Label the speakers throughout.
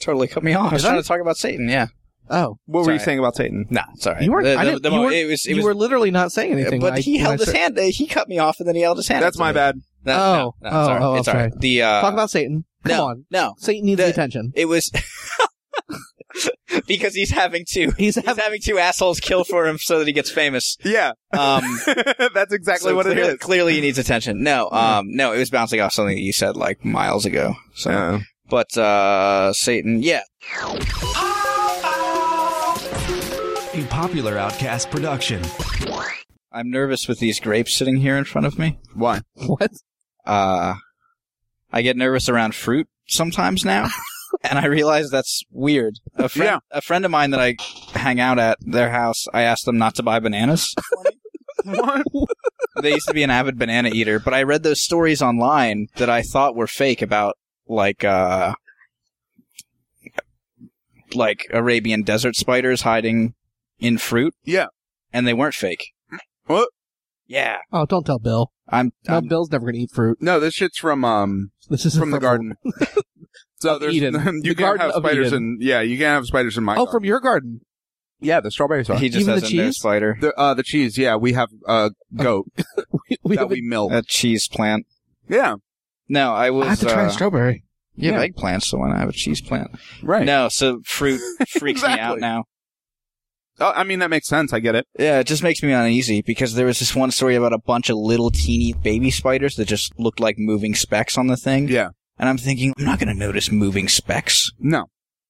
Speaker 1: totally cut me off. I was
Speaker 2: Did I?
Speaker 1: trying to talk about Satan. Yeah.
Speaker 2: Oh,
Speaker 3: What were you
Speaker 1: Sorry.
Speaker 3: saying about Satan?
Speaker 1: Nah, sorry.
Speaker 2: you were.
Speaker 1: The-
Speaker 2: I
Speaker 1: the-
Speaker 2: didn't-
Speaker 1: the
Speaker 2: you
Speaker 1: mo-
Speaker 2: were-
Speaker 1: it was. It
Speaker 2: you
Speaker 1: was.
Speaker 2: were literally not saying anything.
Speaker 1: but
Speaker 2: I-
Speaker 1: he
Speaker 2: when I
Speaker 1: held his
Speaker 2: said-
Speaker 1: hand. He cut me off, and then he held his hand.
Speaker 3: That's
Speaker 1: out to
Speaker 3: my
Speaker 1: me.
Speaker 3: bad.
Speaker 1: No,
Speaker 2: Oh,
Speaker 1: no, no,
Speaker 2: oh,
Speaker 1: it's all right.
Speaker 2: oh,
Speaker 1: it's all
Speaker 2: okay.
Speaker 1: right. The uh,
Speaker 2: Talk about Satan. Come
Speaker 1: no,
Speaker 2: on,
Speaker 1: no,
Speaker 2: Satan needs
Speaker 1: The-
Speaker 2: the attention.
Speaker 1: it was because he's having two.
Speaker 2: He's
Speaker 1: He's
Speaker 2: having.
Speaker 1: having two assholes kill for him so that he gets famous.
Speaker 3: Yeah,
Speaker 1: Um,
Speaker 3: that's exactly
Speaker 1: so
Speaker 3: what it
Speaker 1: clearly,
Speaker 3: is.
Speaker 1: Clearly, he needs attention. No, um, no, it was bouncing off something that you said like miles ago. So,
Speaker 3: Uh,
Speaker 1: but uh, Satan, yeah,
Speaker 4: A popular outcast production.
Speaker 1: I'm nervous with these grapes sitting here in front of me.
Speaker 3: why?
Speaker 2: What?
Speaker 1: Uh, I get nervous around fruit sometimes now, and I realize that's weird. A friend, a friend of mine that I hang out at their house, I asked them not to buy bananas.
Speaker 3: What?
Speaker 1: they used to be an avid banana eater, but I read those stories online that I thought were fake about like uh like Arabian desert spiders hiding in fruit.
Speaker 3: Yeah.
Speaker 1: And they weren't fake.
Speaker 3: What?
Speaker 1: Yeah.
Speaker 2: Oh, don't tell Bill.
Speaker 1: I'm,
Speaker 2: No,
Speaker 1: I'm
Speaker 2: Bill's never gonna eat fruit.
Speaker 3: No, this shit's from um
Speaker 2: This is
Speaker 3: from the garden. so
Speaker 2: Of
Speaker 3: there's
Speaker 2: Eden.
Speaker 3: you
Speaker 2: The
Speaker 3: can't
Speaker 2: Garden
Speaker 3: have
Speaker 2: of
Speaker 3: spiders
Speaker 2: Eden.
Speaker 3: in yeah you can't have spiders in my
Speaker 2: Oh,
Speaker 3: garden.
Speaker 2: from your garden.
Speaker 3: yeah the strawberry sauce
Speaker 1: he just
Speaker 2: Even
Speaker 1: has
Speaker 2: the
Speaker 1: a no
Speaker 2: cheese?
Speaker 1: spider.
Speaker 3: the uh the cheese yeah we have uh goat
Speaker 2: We, Oh, we have
Speaker 3: that
Speaker 2: a- Uh,
Speaker 3: we milk
Speaker 1: A cheese plant.
Speaker 3: yeah
Speaker 1: No, I was
Speaker 2: I have to try
Speaker 1: uh,
Speaker 2: a strawberry.
Speaker 1: you have
Speaker 3: yeah.
Speaker 1: eggplants, so why not have a cheese plant?
Speaker 3: right
Speaker 1: No, so fruit freaks me out
Speaker 3: Exactly.
Speaker 1: now.
Speaker 3: Oh, I mean that makes sense I get it
Speaker 1: Yeah, it just makes me uneasy because there was this one story about a bunch of little teeny baby spiders that just looked like moving specks on the thing.
Speaker 3: yeah
Speaker 1: And I'm thinking, I'm not going to notice moving specks.
Speaker 3: no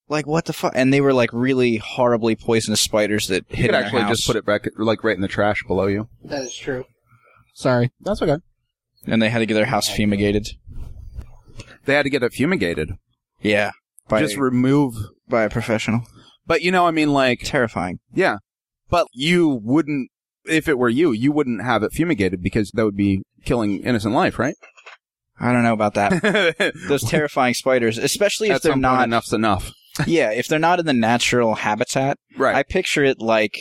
Speaker 1: Like, what the fuck? And they were like really horribly poisonous spiders that
Speaker 3: you
Speaker 1: hit in
Speaker 3: could actually
Speaker 1: our house.
Speaker 3: just put it back like right in the trash below you
Speaker 2: That is true. Sorry.
Speaker 3: that's okay
Speaker 1: And they had to get their
Speaker 3: Oh,
Speaker 1: house fumigated.
Speaker 3: they had to get it fumigated
Speaker 1: Yeah. By,
Speaker 3: just remove
Speaker 1: by a professional.
Speaker 3: but you know I mean like
Speaker 1: Terrifying.
Speaker 3: yeah but you wouldn't if it were you you wouldn't have it fumigated because that would be killing innocent life right
Speaker 1: I don't know about that.
Speaker 3: At
Speaker 1: Those terrifying spiders, especially if they're
Speaker 3: some point,
Speaker 1: not,
Speaker 3: enough's enough
Speaker 1: yeah, if they're not in the natural habitat,
Speaker 3: right
Speaker 1: I picture it like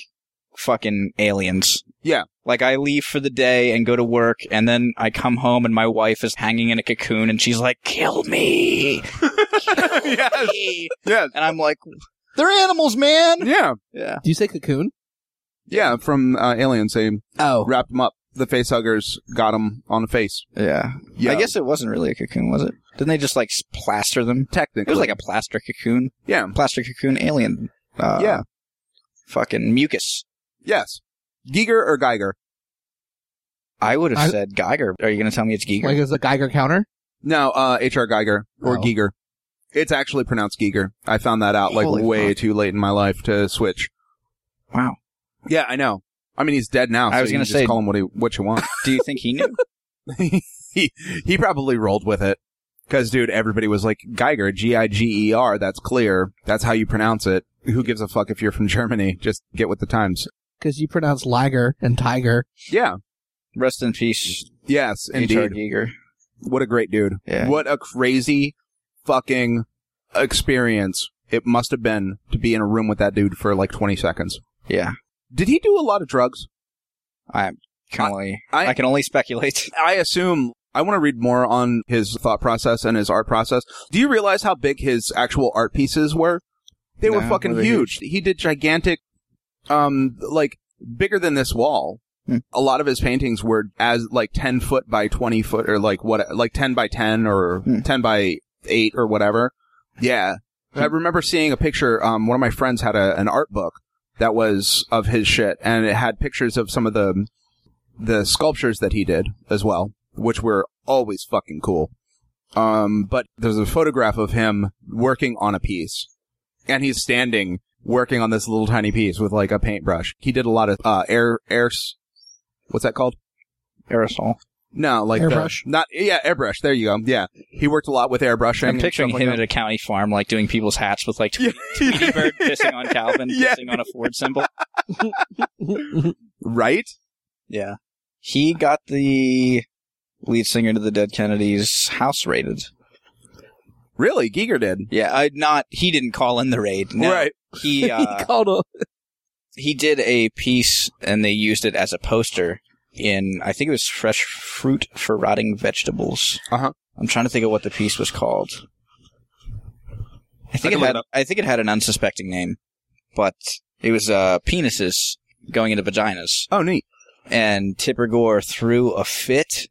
Speaker 1: fucking aliens.
Speaker 3: Yeah.
Speaker 1: Like I leave for the day and go to work and then I come home and my wife is hanging in a cocoon and she's like, Kill me.
Speaker 3: yes
Speaker 1: me."
Speaker 3: yes
Speaker 1: And I'm like, They're animals, man.
Speaker 3: yeah
Speaker 1: Yeah.
Speaker 2: Do you say cocoon?
Speaker 3: Yeah, from uh, Aliens. They
Speaker 2: Oh.
Speaker 3: wrapped him up. The face huggers got him on the face.
Speaker 1: Yeah.
Speaker 3: Yeah,
Speaker 1: I guess it wasn't really a cocoon, was it? Didn't they just like s- plaster them? It
Speaker 3: technically.
Speaker 1: was like a plaster cocoon.
Speaker 3: yeah,
Speaker 1: Plaster cocoon alien. Uh,
Speaker 3: yeah,
Speaker 1: Fucking mucus.
Speaker 3: yes. Giger or Geiger?
Speaker 1: I would have
Speaker 2: I-
Speaker 1: said Geiger. Are you going to tell me it's Geiger?
Speaker 2: Like is a Geiger counter?
Speaker 3: No, uh, H.R. Geiger or
Speaker 2: Oh.
Speaker 3: Giger. It's actually pronounced Giger. I found that out like
Speaker 1: Holy
Speaker 3: way
Speaker 1: fuck.
Speaker 3: too late in my life to switch.
Speaker 1: wow.
Speaker 3: Yeah, I know. I mean, he's dead now.
Speaker 1: I
Speaker 3: so
Speaker 1: was
Speaker 3: you
Speaker 1: gonna
Speaker 3: just
Speaker 1: say-
Speaker 3: call him what, he, what you want.
Speaker 1: Do you think he knew?
Speaker 3: he he probably rolled with it because, dude, everybody was like Geiger, G I G E R. That's clear. That's how you pronounce it. Who gives a fuck if you're from Germany? Just get with the times.
Speaker 2: Because you pronounce Liger and Tiger.
Speaker 3: Yeah.
Speaker 1: Rest in peace,
Speaker 3: Yes,
Speaker 1: H.R.
Speaker 3: indeed.
Speaker 1: Geiger.
Speaker 3: What a great dude.
Speaker 1: Yeah.
Speaker 3: What a crazy fucking experience it must have been to be in a room with that dude for like 20 seconds.
Speaker 1: Yeah.
Speaker 3: Did he do a lot of drugs?
Speaker 1: Can only, I,
Speaker 3: I-
Speaker 1: can only speculate.
Speaker 3: I assume. I want to read more on his thought process and his art process. Do you realize how big his actual art pieces were? They were
Speaker 1: No,
Speaker 3: fucking
Speaker 1: were they
Speaker 3: huge. He did gigantic, um, like bigger than this wall.
Speaker 1: Hmm.
Speaker 3: A lot of his paintings were as like 10 foot by 20 foot or like what, like 10 by 10 or
Speaker 1: Hmm.
Speaker 3: 10 by 8 or whatever. Yeah. I remember seeing a picture. Um, one of my friends had a, an art book that was of his shit and it had pictures of some of the, the sculptures that he did as well, which were always fucking cool. Um, but there's a photograph of him working on a piece and he's standing working on this little tiny piece with like a paintbrush. He did a lot of, uh, air, air, s- what's that called?
Speaker 1: Aerosol.
Speaker 3: No, like the-
Speaker 2: Airbrush?
Speaker 3: not, yeah, airbrush. There you go. Yeah. He worked a lot with airbrushing.
Speaker 1: I'm
Speaker 3: and
Speaker 1: picturing
Speaker 3: stuff
Speaker 1: him
Speaker 3: like
Speaker 1: at a county farm, like doing people's hats with like
Speaker 3: Yeah.
Speaker 1: Tweety Bird pissing on Calvin,
Speaker 3: Yeah.
Speaker 1: pissing on a Ford symbol.
Speaker 3: Right?
Speaker 1: Yeah. He got the lead singer to the Dead Kennedys house raided.
Speaker 3: Really? Giger did.
Speaker 1: Yeah, I not he didn't call in the raid. No.
Speaker 3: Right.
Speaker 1: He
Speaker 2: he
Speaker 1: uh,
Speaker 2: called a
Speaker 1: he did a piece and they used it as a poster in I think it was Fresh Fruit for Rotting Vegetables.
Speaker 3: Uh-huh.
Speaker 1: I'm trying to think of what the piece was called. I think
Speaker 3: I can
Speaker 1: it
Speaker 3: look
Speaker 1: had
Speaker 3: it up.
Speaker 1: I think it had an unsuspecting name, but it was uh, penises going into vaginas,
Speaker 3: Oh, neat.
Speaker 1: and Tipper Gore threw a fit,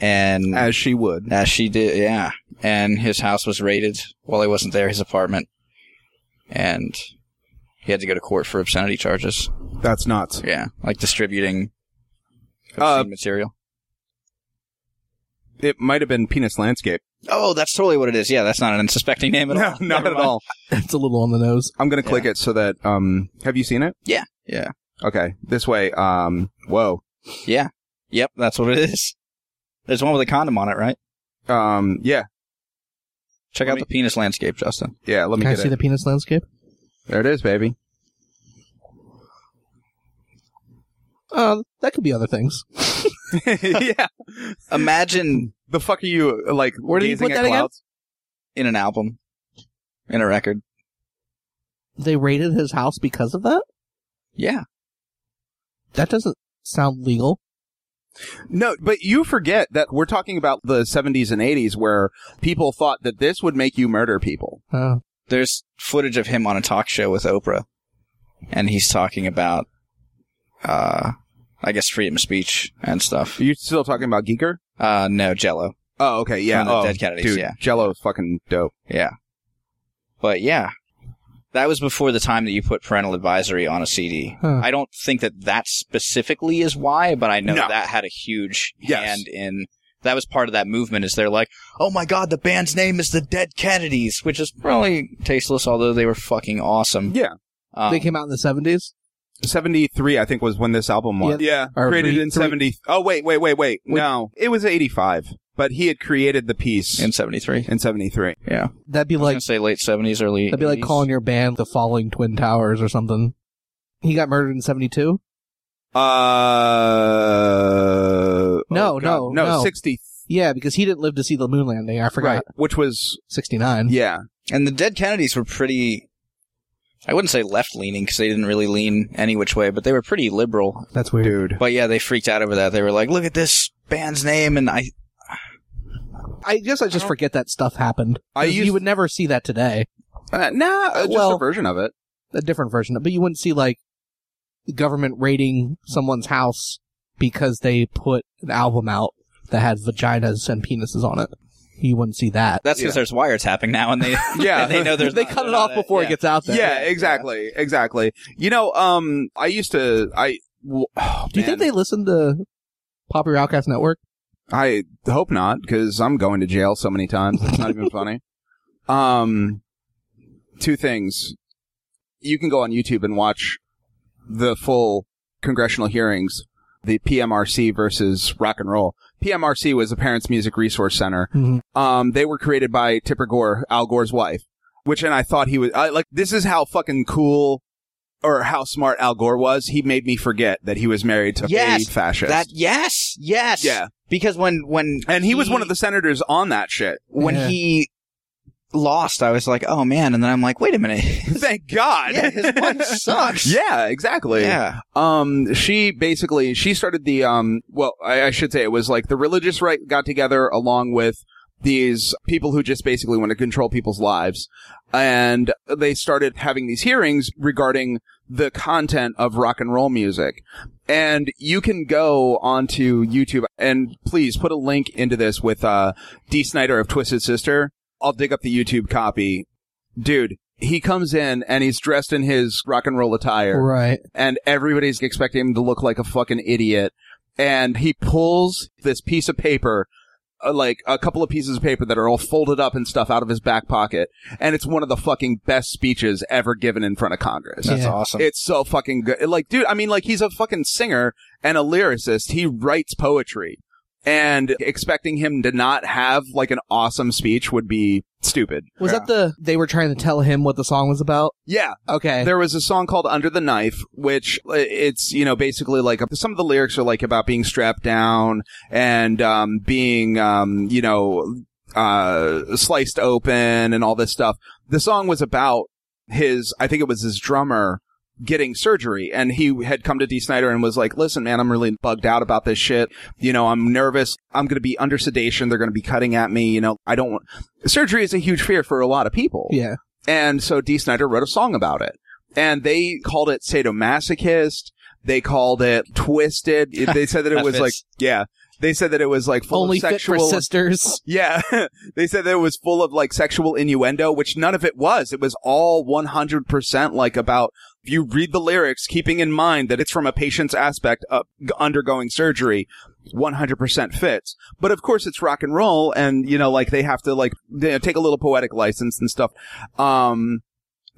Speaker 1: and
Speaker 3: As she would.
Speaker 1: as she did, yeah, and his house was raided while he wasn't there, his apartment, and he had to go to court for obscenity charges.
Speaker 3: That's nuts.
Speaker 1: Yeah, like distributing obscene
Speaker 3: Uh,
Speaker 1: material.
Speaker 3: It might have been Penis Landscape.
Speaker 1: Oh, that's totally what it is. Yeah, that's not an unsuspecting name at all.
Speaker 3: No, not
Speaker 1: Never
Speaker 3: at
Speaker 1: mind.
Speaker 3: all.
Speaker 2: It's a little on the nose.
Speaker 3: I'm gonna click it so that um have you seen it?
Speaker 1: Yeah. Yeah.
Speaker 3: Okay. This way, um whoa.
Speaker 1: Yep, that's what it is. There's one with a condom on it, right?
Speaker 3: Um yeah,
Speaker 1: Check
Speaker 3: Let
Speaker 1: out
Speaker 3: me-
Speaker 1: the penis landscape, Justin.
Speaker 3: yeah, let me
Speaker 2: Can I
Speaker 3: get
Speaker 2: see
Speaker 3: it.
Speaker 2: the penis landscape?
Speaker 3: There it is, baby.
Speaker 2: Uh, that could be other things.
Speaker 3: yeah.
Speaker 1: Imagine
Speaker 3: The fuck are you like
Speaker 2: Where did you
Speaker 3: gazing
Speaker 2: put
Speaker 3: at
Speaker 2: that again?
Speaker 3: clouds?
Speaker 1: in an album, in a record.
Speaker 2: They raided his house because of that.
Speaker 1: Yeah.
Speaker 2: That doesn't sound legal.
Speaker 3: No, but you forget that we're talking about the 70s and 80s where people thought that this would make you murder people.
Speaker 2: Uh,
Speaker 1: There's footage of him on a talk show with Oprah, and he's talking about, uh, I guess freedom of speech and stuff.
Speaker 3: Are you still talking about Geeker?
Speaker 1: Uh, no, Jello.
Speaker 3: Oh, okay, yeah.
Speaker 1: From the
Speaker 3: oh,
Speaker 1: Dead Kennedys,
Speaker 3: dude,
Speaker 1: yeah.
Speaker 3: Jello is fucking dope.
Speaker 1: Yeah. But yeah. That was before the time that you put parental advisory on a CD.
Speaker 2: Huh.
Speaker 1: I don't think that that specifically is why, but I know
Speaker 3: No.
Speaker 1: that had a huge
Speaker 3: Yes.
Speaker 1: hand in. That was part of that movement. Is they're like, oh my god, the band's name is the Dead Kennedys, which is probably tasteless, although they were fucking awesome.
Speaker 3: Yeah.
Speaker 1: Um,
Speaker 2: they came out in the seventies.
Speaker 3: 73 I think was when this album was. Yeah.
Speaker 2: Or
Speaker 3: created
Speaker 2: three-
Speaker 3: in
Speaker 2: three-
Speaker 3: 70. Oh wait, wait, wait, wait. No. It was 85, but he had created the piece
Speaker 1: in '73.
Speaker 3: in 73.
Speaker 1: Yeah,
Speaker 2: That'd be
Speaker 1: like
Speaker 2: like
Speaker 1: say late '70s, early.
Speaker 2: that'd be like
Speaker 1: 80s.
Speaker 2: calling your band the Falling Twin Towers or something. He got murdered in seventy two.
Speaker 3: Uh
Speaker 2: No,
Speaker 3: oh, God.
Speaker 2: no,
Speaker 3: no,
Speaker 2: no.
Speaker 3: 60
Speaker 2: Yeah, because he didn't live to see the moon landing. I forgot.
Speaker 3: right, which was
Speaker 2: Sixty nine.
Speaker 3: yeah.
Speaker 1: And the Dead Kennedys were pretty. I wouldn't say left leaning because they didn't really lean any which way, but they were pretty liberal
Speaker 2: That's weird.
Speaker 3: Dude.
Speaker 1: But yeah, they freaked out over that. They were like, "Look at this band's name," and I
Speaker 2: I guess I just forget that stuff happened.
Speaker 3: I
Speaker 2: 'Cause
Speaker 3: used
Speaker 2: you would never see that today.
Speaker 3: uh, nah, uh, just
Speaker 2: Well-
Speaker 3: a version of it.
Speaker 2: A different version, of- but you wouldn't see like the government raiding someone's house because they put an album out that had vaginas and penises on it. You wouldn't see that.
Speaker 1: that's because
Speaker 3: Yeah.
Speaker 1: there's wiretapping now, and they
Speaker 3: Yeah.
Speaker 1: and they know there's
Speaker 2: they
Speaker 1: not-
Speaker 2: cut it
Speaker 1: they're
Speaker 2: off
Speaker 1: not-
Speaker 2: before
Speaker 1: yeah.
Speaker 2: it gets out there.
Speaker 3: yeah, exactly, exactly. You know, um, I used to, I. w- oh,
Speaker 2: Do you
Speaker 3: man.
Speaker 2: think they listen to Poppy Outcast Network?
Speaker 3: I hope not, because I'm going to jail so many times. It's not even funny. Um, two things. You can go on YouTube and watch the full congressional hearings, the PMRC versus rock and roll. PMRC was the Parents Music Resource Center.
Speaker 2: Mhm.
Speaker 3: Um, they were created by Tipper Gore, Al Gore's wife, which, and I thought he was, I, like, this is how fucking cool or how smart Al Gore was. He made me forget that he was married to
Speaker 1: Yes,
Speaker 3: a fascist.
Speaker 1: that. Yes, yes,
Speaker 3: Yeah.
Speaker 1: Because when when
Speaker 3: and he was one of the senators on that shit.
Speaker 1: when
Speaker 2: Yeah.
Speaker 1: he lost, I was like, "Oh man!" And then I'm like, "Wait a minute,
Speaker 3: Thank God.
Speaker 1: yeah, his wife sucks."
Speaker 3: Yeah, exactly.
Speaker 1: yeah,
Speaker 3: Um, she basically she started the um. Well, I, I should say it was like the religious right got together along with these people who just basically want to control people's lives, and they started having these hearings regarding the content of rock and roll music. And you can go onto YouTube and please put a link into this with uh D. Snyder of Twisted Sister. I'll dig up the YouTube copy, dude. He comes in and he's dressed in his rock and roll attire
Speaker 2: Right.
Speaker 3: and everybody's expecting him to look like a fucking idiot. And he pulls this piece of paper, uh, like a couple of pieces of paper that are all folded up and stuff out of his back pocket. And it's one of the fucking best speeches ever given in front of Congress.
Speaker 1: that's
Speaker 2: Yeah.
Speaker 1: awesome.
Speaker 3: It's so fucking good. Like, dude, I mean, like, he's a fucking singer and a lyricist. He writes poetry. And expecting him to not have like an awesome speech would be stupid.
Speaker 2: Was
Speaker 1: Yeah.
Speaker 2: that the they were trying to tell him what the song was about?
Speaker 3: Yeah,
Speaker 2: Okay.
Speaker 3: There was a song called Under the Knife, which uh, it's, you know, basically like some of the lyrics are like about being strapped down and, um, being, um, you know, uh, sliced open and all this stuff. The song was about his, I think it was his drummer getting surgery and he had come to D. Snyder and was like, listen, man, I'm really bugged out about this shit. You know, I'm nervous. I'm going to be under sedation. They're going to be cutting at me. You know, I don't want surgery is a huge fear for a lot of people
Speaker 2: yeah.
Speaker 3: And so D. Snyder wrote a song about it. And they called it sadomasochist. They called it twisted. It- They said that it
Speaker 1: That
Speaker 3: was
Speaker 1: fits.
Speaker 3: like, yeah. They said that it was like full
Speaker 2: Only
Speaker 3: of sexual.
Speaker 2: fit for sisters.
Speaker 3: yeah. they said that it was full of like sexual innuendo, which none of it was. It was all 100% like about if you read the lyrics, keeping in mind that it's from a patient's aspect of g- undergoing surgery, 100% fits. But of course it's rock and roll and, you know, like they have to like you know, take a little poetic license and stuff. Um,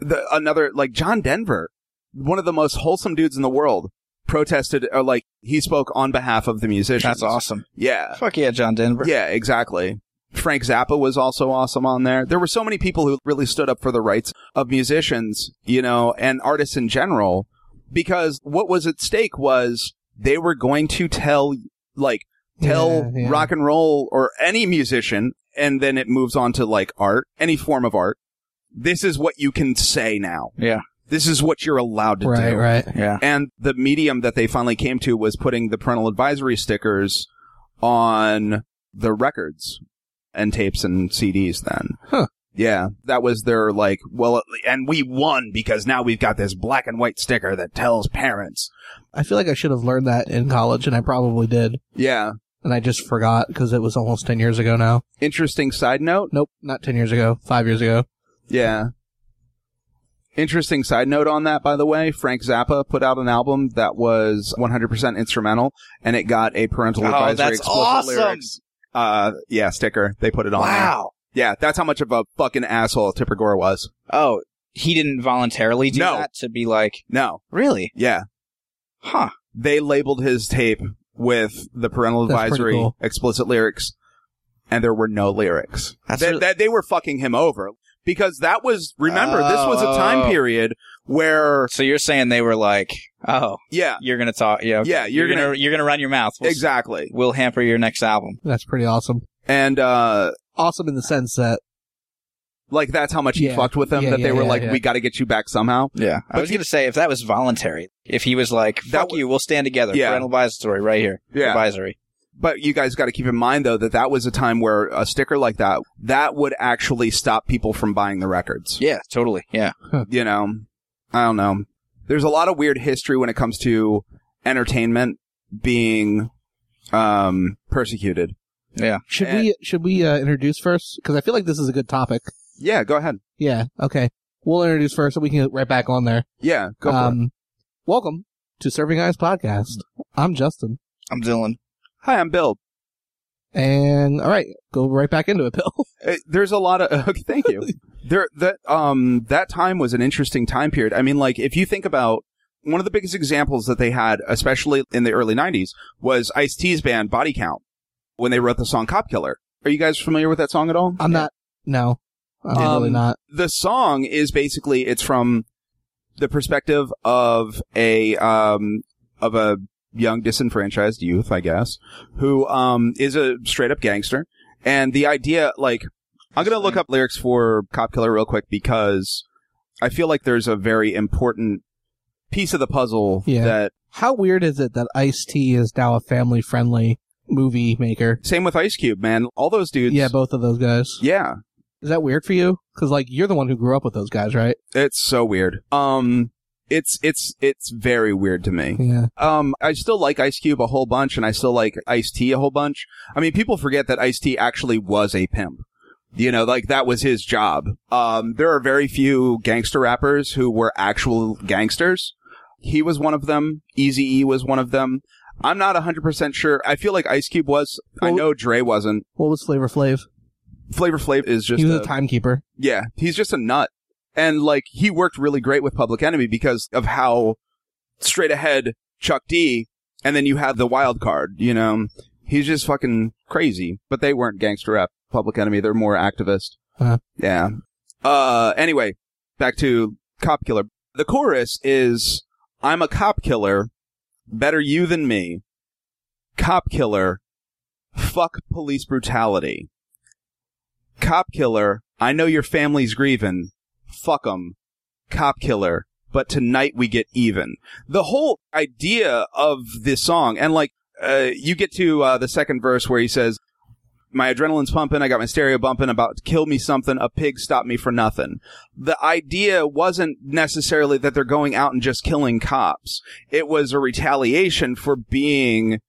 Speaker 3: the, another, like John Denver, one of the most wholesome dudes in the world protested or like he spoke on behalf of the musicians.
Speaker 1: That's awesome.
Speaker 3: Yeah.
Speaker 1: Fuck yeah, John Denver.
Speaker 3: Yeah, exactly. Frank Zappa was also awesome on there. There were so many people who really stood up for the rights of musicians, you know, and artists in general, because what was at stake was they were going to tell, like, tell
Speaker 2: Yeah, yeah.
Speaker 3: rock and roll or any musician, and then it moves on to like art, any form of art. This is what you can say now.
Speaker 1: Yeah.
Speaker 3: This is what you're allowed to
Speaker 2: Right,
Speaker 3: do.
Speaker 2: right.
Speaker 1: Yeah.
Speaker 3: And the medium that they finally came to was putting the parental advisory stickers on the records and tapes and CDs then.
Speaker 2: Huh.
Speaker 3: Yeah, that was their like, well, and we won because now we've got this black and white sticker that tells parents.
Speaker 2: I feel like I should have learned that in college, and I probably did,
Speaker 3: Yeah.
Speaker 2: and I just forgot because it was almost ten years ago now.
Speaker 3: Interesting side note.
Speaker 2: Nope, not ten years ago. Five years ago.
Speaker 3: Yeah. Interesting side note on that, by the way. Frank Zappa put out an album that was 100% instrumental, and it got a parental
Speaker 1: Oh,
Speaker 3: advisory
Speaker 1: that's
Speaker 3: explicit
Speaker 1: awesome!
Speaker 3: lyrics. Uh, yeah, sticker. They put it on. there.
Speaker 1: Wow.
Speaker 3: Yeah, that's how much of a fucking asshole Tipper Gore was.
Speaker 1: Oh, he didn't voluntarily do
Speaker 3: No.
Speaker 1: that to be like,
Speaker 3: No,
Speaker 1: really?
Speaker 3: yeah,
Speaker 1: Huh.
Speaker 3: they labeled his tape with the parental
Speaker 2: That's pretty
Speaker 3: advisory
Speaker 2: cool.
Speaker 3: explicit lyrics, and there were no lyrics.
Speaker 1: That's
Speaker 3: that,
Speaker 1: really-
Speaker 3: that they were fucking him over because that was remember this was a time
Speaker 1: Oh.
Speaker 3: period where
Speaker 1: So you're saying they were like, oh,
Speaker 3: yeah
Speaker 1: you're gonna talk, yeah, okay.
Speaker 3: Yeah, you're
Speaker 1: gonna,
Speaker 3: gonna-
Speaker 1: you're gonna run your mouth. We'll,
Speaker 3: exactly
Speaker 1: We'll hamper your next album.
Speaker 2: That's pretty awesome.
Speaker 3: and uh
Speaker 2: Awesome in the sense that
Speaker 3: like that's how much he
Speaker 2: Yeah.
Speaker 3: fucked with them
Speaker 2: Yeah,
Speaker 3: that
Speaker 2: yeah,
Speaker 3: they were
Speaker 2: yeah,
Speaker 3: like
Speaker 2: yeah.
Speaker 3: we got to get you back somehow
Speaker 1: Yeah, I
Speaker 3: But
Speaker 1: was
Speaker 3: you-
Speaker 1: gonna say if that was voluntary, if he was like,
Speaker 3: That
Speaker 1: fuck
Speaker 3: w-
Speaker 1: you, we'll stand together.
Speaker 3: Yeah.
Speaker 1: Parental advisory right here.
Speaker 3: Yeah.
Speaker 1: Advisory.
Speaker 3: but you guys got to keep in mind though that that was a time where a sticker like that that would actually stop people from buying the records
Speaker 1: Yeah, totally. Yeah.
Speaker 3: you know, I don't know. There's a lot of weird history when it comes to entertainment being um persecuted.
Speaker 1: Yeah.
Speaker 2: should we should we uh, introduce first? Because I feel like this is a good topic.
Speaker 3: Yeah, go ahead.
Speaker 2: Yeah. Okay. We'll introduce first, and we can get right back on there.
Speaker 3: Yeah, go for it.
Speaker 2: um, Welcome to Serving Eyes Podcast. I'm Justin,
Speaker 1: I'm Dylan.
Speaker 3: Hi, I'm Bill.
Speaker 2: and all right, go right back into it, Bill.
Speaker 3: Uh, there's a lot of okay, thank you. there that um that time was an interesting time period. I mean, like if you think about one of the biggest examples that they had, especially in the early '90s, was Ice T's band Body Count when they wrote the song Cop Killer. Are you guys familiar with that song at all?
Speaker 2: I'm not. No, I'm
Speaker 3: Um,
Speaker 2: really not.
Speaker 3: the song is basically it's from the perspective of a um of a young disenfranchised youth, I guess, who um is a straight up gangster. And the idea like I'm gonna look up lyrics for Cop Killer real quick because I feel like there's a very important piece of the puzzle
Speaker 2: Yeah.
Speaker 3: that
Speaker 2: How weird is it that Ice T is now a family friendly movie maker?
Speaker 3: same with Ice Cube, man. All those dudes
Speaker 2: yeah, both of those guys.
Speaker 3: Yeah.
Speaker 2: Is that weird for you? Because like you're the one who grew up with those guys, right?
Speaker 3: It's so weird. Um it's it's it's very weird to me.
Speaker 2: Yeah.
Speaker 3: Um, I still like Ice Cube a whole bunch, and I still like Ice T a whole bunch. I mean, people forget that Ice T actually was a pimp. You know, like that was his job. Um, there are very few gangster rappers who were actual gangsters. He was one of them. Easy E was one of them. I'm not 100% sure. I feel like Ice Cube was. I
Speaker 2: Well-
Speaker 3: know Dre wasn't.
Speaker 2: What was Flavor Flav?
Speaker 3: Flavor Flav is just
Speaker 2: He was
Speaker 3: a-
Speaker 2: a timekeeper.
Speaker 3: yeah, he's just a nut. And like he worked really great with Public Enemy because of how straight ahead Chuck D and then you have the wild card, you know. He's just fucking crazy. But they weren't gangster rap Public Enemy, they're more activist.
Speaker 2: Uh-huh.
Speaker 3: Yeah. Uh anyway, back to Cop Killer. The chorus is I'm a cop killer, better you than me. Cop killer, fuck police brutality. Cop killer, I know your family's grieving. Fuck 'em. Cop killer, but tonight we get even. The whole idea of this song, and like, uh, you get to uh, the second verse where he says, my adrenaline's pumping. I got my stereo bumping. About to kill me something. A pig stopped me for nothing. The idea wasn't necessarily that they're going out and just killing cops. It was a retaliation for being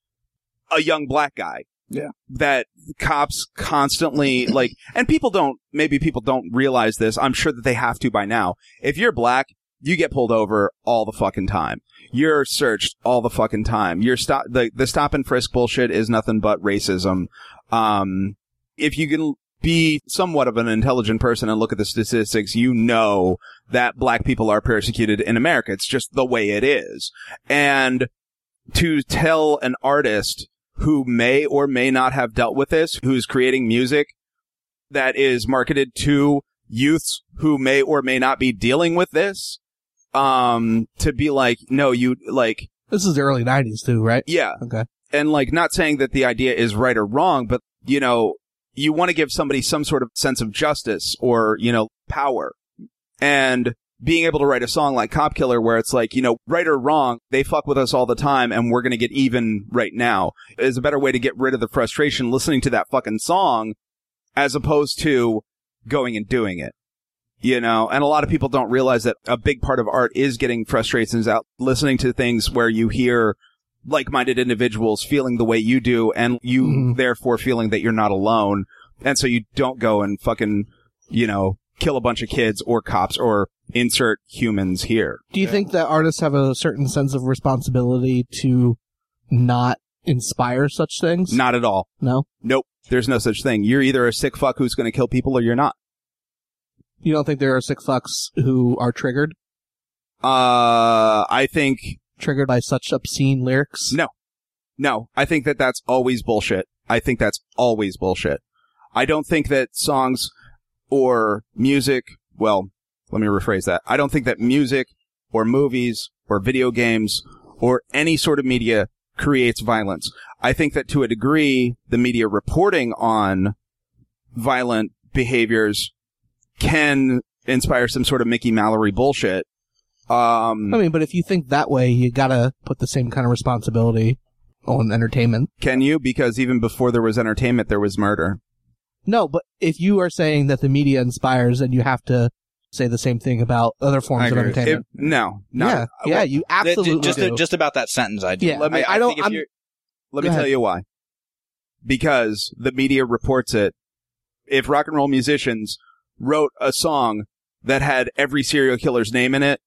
Speaker 3: a young black guy.
Speaker 1: Yeah.
Speaker 3: That cops constantly like, and people don't, maybe people don't realize this. I'm sure that they have to by now. If you're black, you get pulled over all the fucking time. You're searched all the fucking time. You're stop, the, the stop and frisk bullshit is nothing but racism. Um, if you can be somewhat of an intelligent person and look at the statistics, you know that black people are persecuted in America. It's just the way it is. And to tell an artist who may or may not have dealt with this, who's creating music that is marketed to youths who may or may not be dealing with this, um, to be like, no, you like,
Speaker 2: This is the early '90s too, right?
Speaker 3: yeah,
Speaker 2: Okay.
Speaker 3: and like not saying that the idea is right or wrong, but you know, you want to give somebody some sort of sense of justice or, you know, power. And being able to write a song like Cop Killer where it's like, you know, right or wrong, they fuck with us all the time and we're going to get even right now is a better way to get rid of the frustration listening to that fucking song as opposed to going and doing it. You know, and a lot of people don't realize that a big part of art is getting frustrations out listening to things where you hear like-minded individuals feeling the way you do and you
Speaker 2: Mhm.
Speaker 3: therefore feeling that you're not alone. And so you don't go and fucking, you know, kill a bunch of kids or cops or insert humans here.
Speaker 2: Do you think that artists have a certain sense of responsibility to not inspire such things?
Speaker 3: Not at all.
Speaker 2: No?
Speaker 3: Nope. There's no such thing. You're either a sick fuck who's going to kill people or you're not.
Speaker 2: You don't think there are sick fucks who are triggered?
Speaker 3: Uh, I think
Speaker 2: Triggered by such obscene lyrics?
Speaker 3: No. No, I think that that's always bullshit. I think that's always bullshit. I don't think that songs or music, well, let me rephrase that. I don't think that music or movies or video games or any sort of media creates violence. I think that to a degree, the media reporting on violent behaviors can inspire some sort of Mickey Mallory bullshit. Um,
Speaker 2: I mean, but if you think that way, you gotta put the same kind of responsibility on entertainment.
Speaker 3: can you? Because even before there was entertainment, there was murder.
Speaker 2: No, but if you are saying that the media inspires, then you have to say the same thing about other
Speaker 1: I
Speaker 2: forms of
Speaker 1: agree.
Speaker 3: It,
Speaker 2: entertainment.
Speaker 3: no, not,
Speaker 2: yeah, yeah, you
Speaker 1: That-
Speaker 2: absolutely
Speaker 1: just
Speaker 2: do.
Speaker 1: just about that sentence, I do.
Speaker 2: Yeah.
Speaker 1: Let me-
Speaker 2: I- I don't-
Speaker 1: think if
Speaker 2: I'm-
Speaker 1: you're-
Speaker 3: Let
Speaker 2: Go
Speaker 3: me
Speaker 2: ahead.
Speaker 3: tell you why. Because the media reports it. If rock and roll musicians wrote a song that had every serial killer's name in it,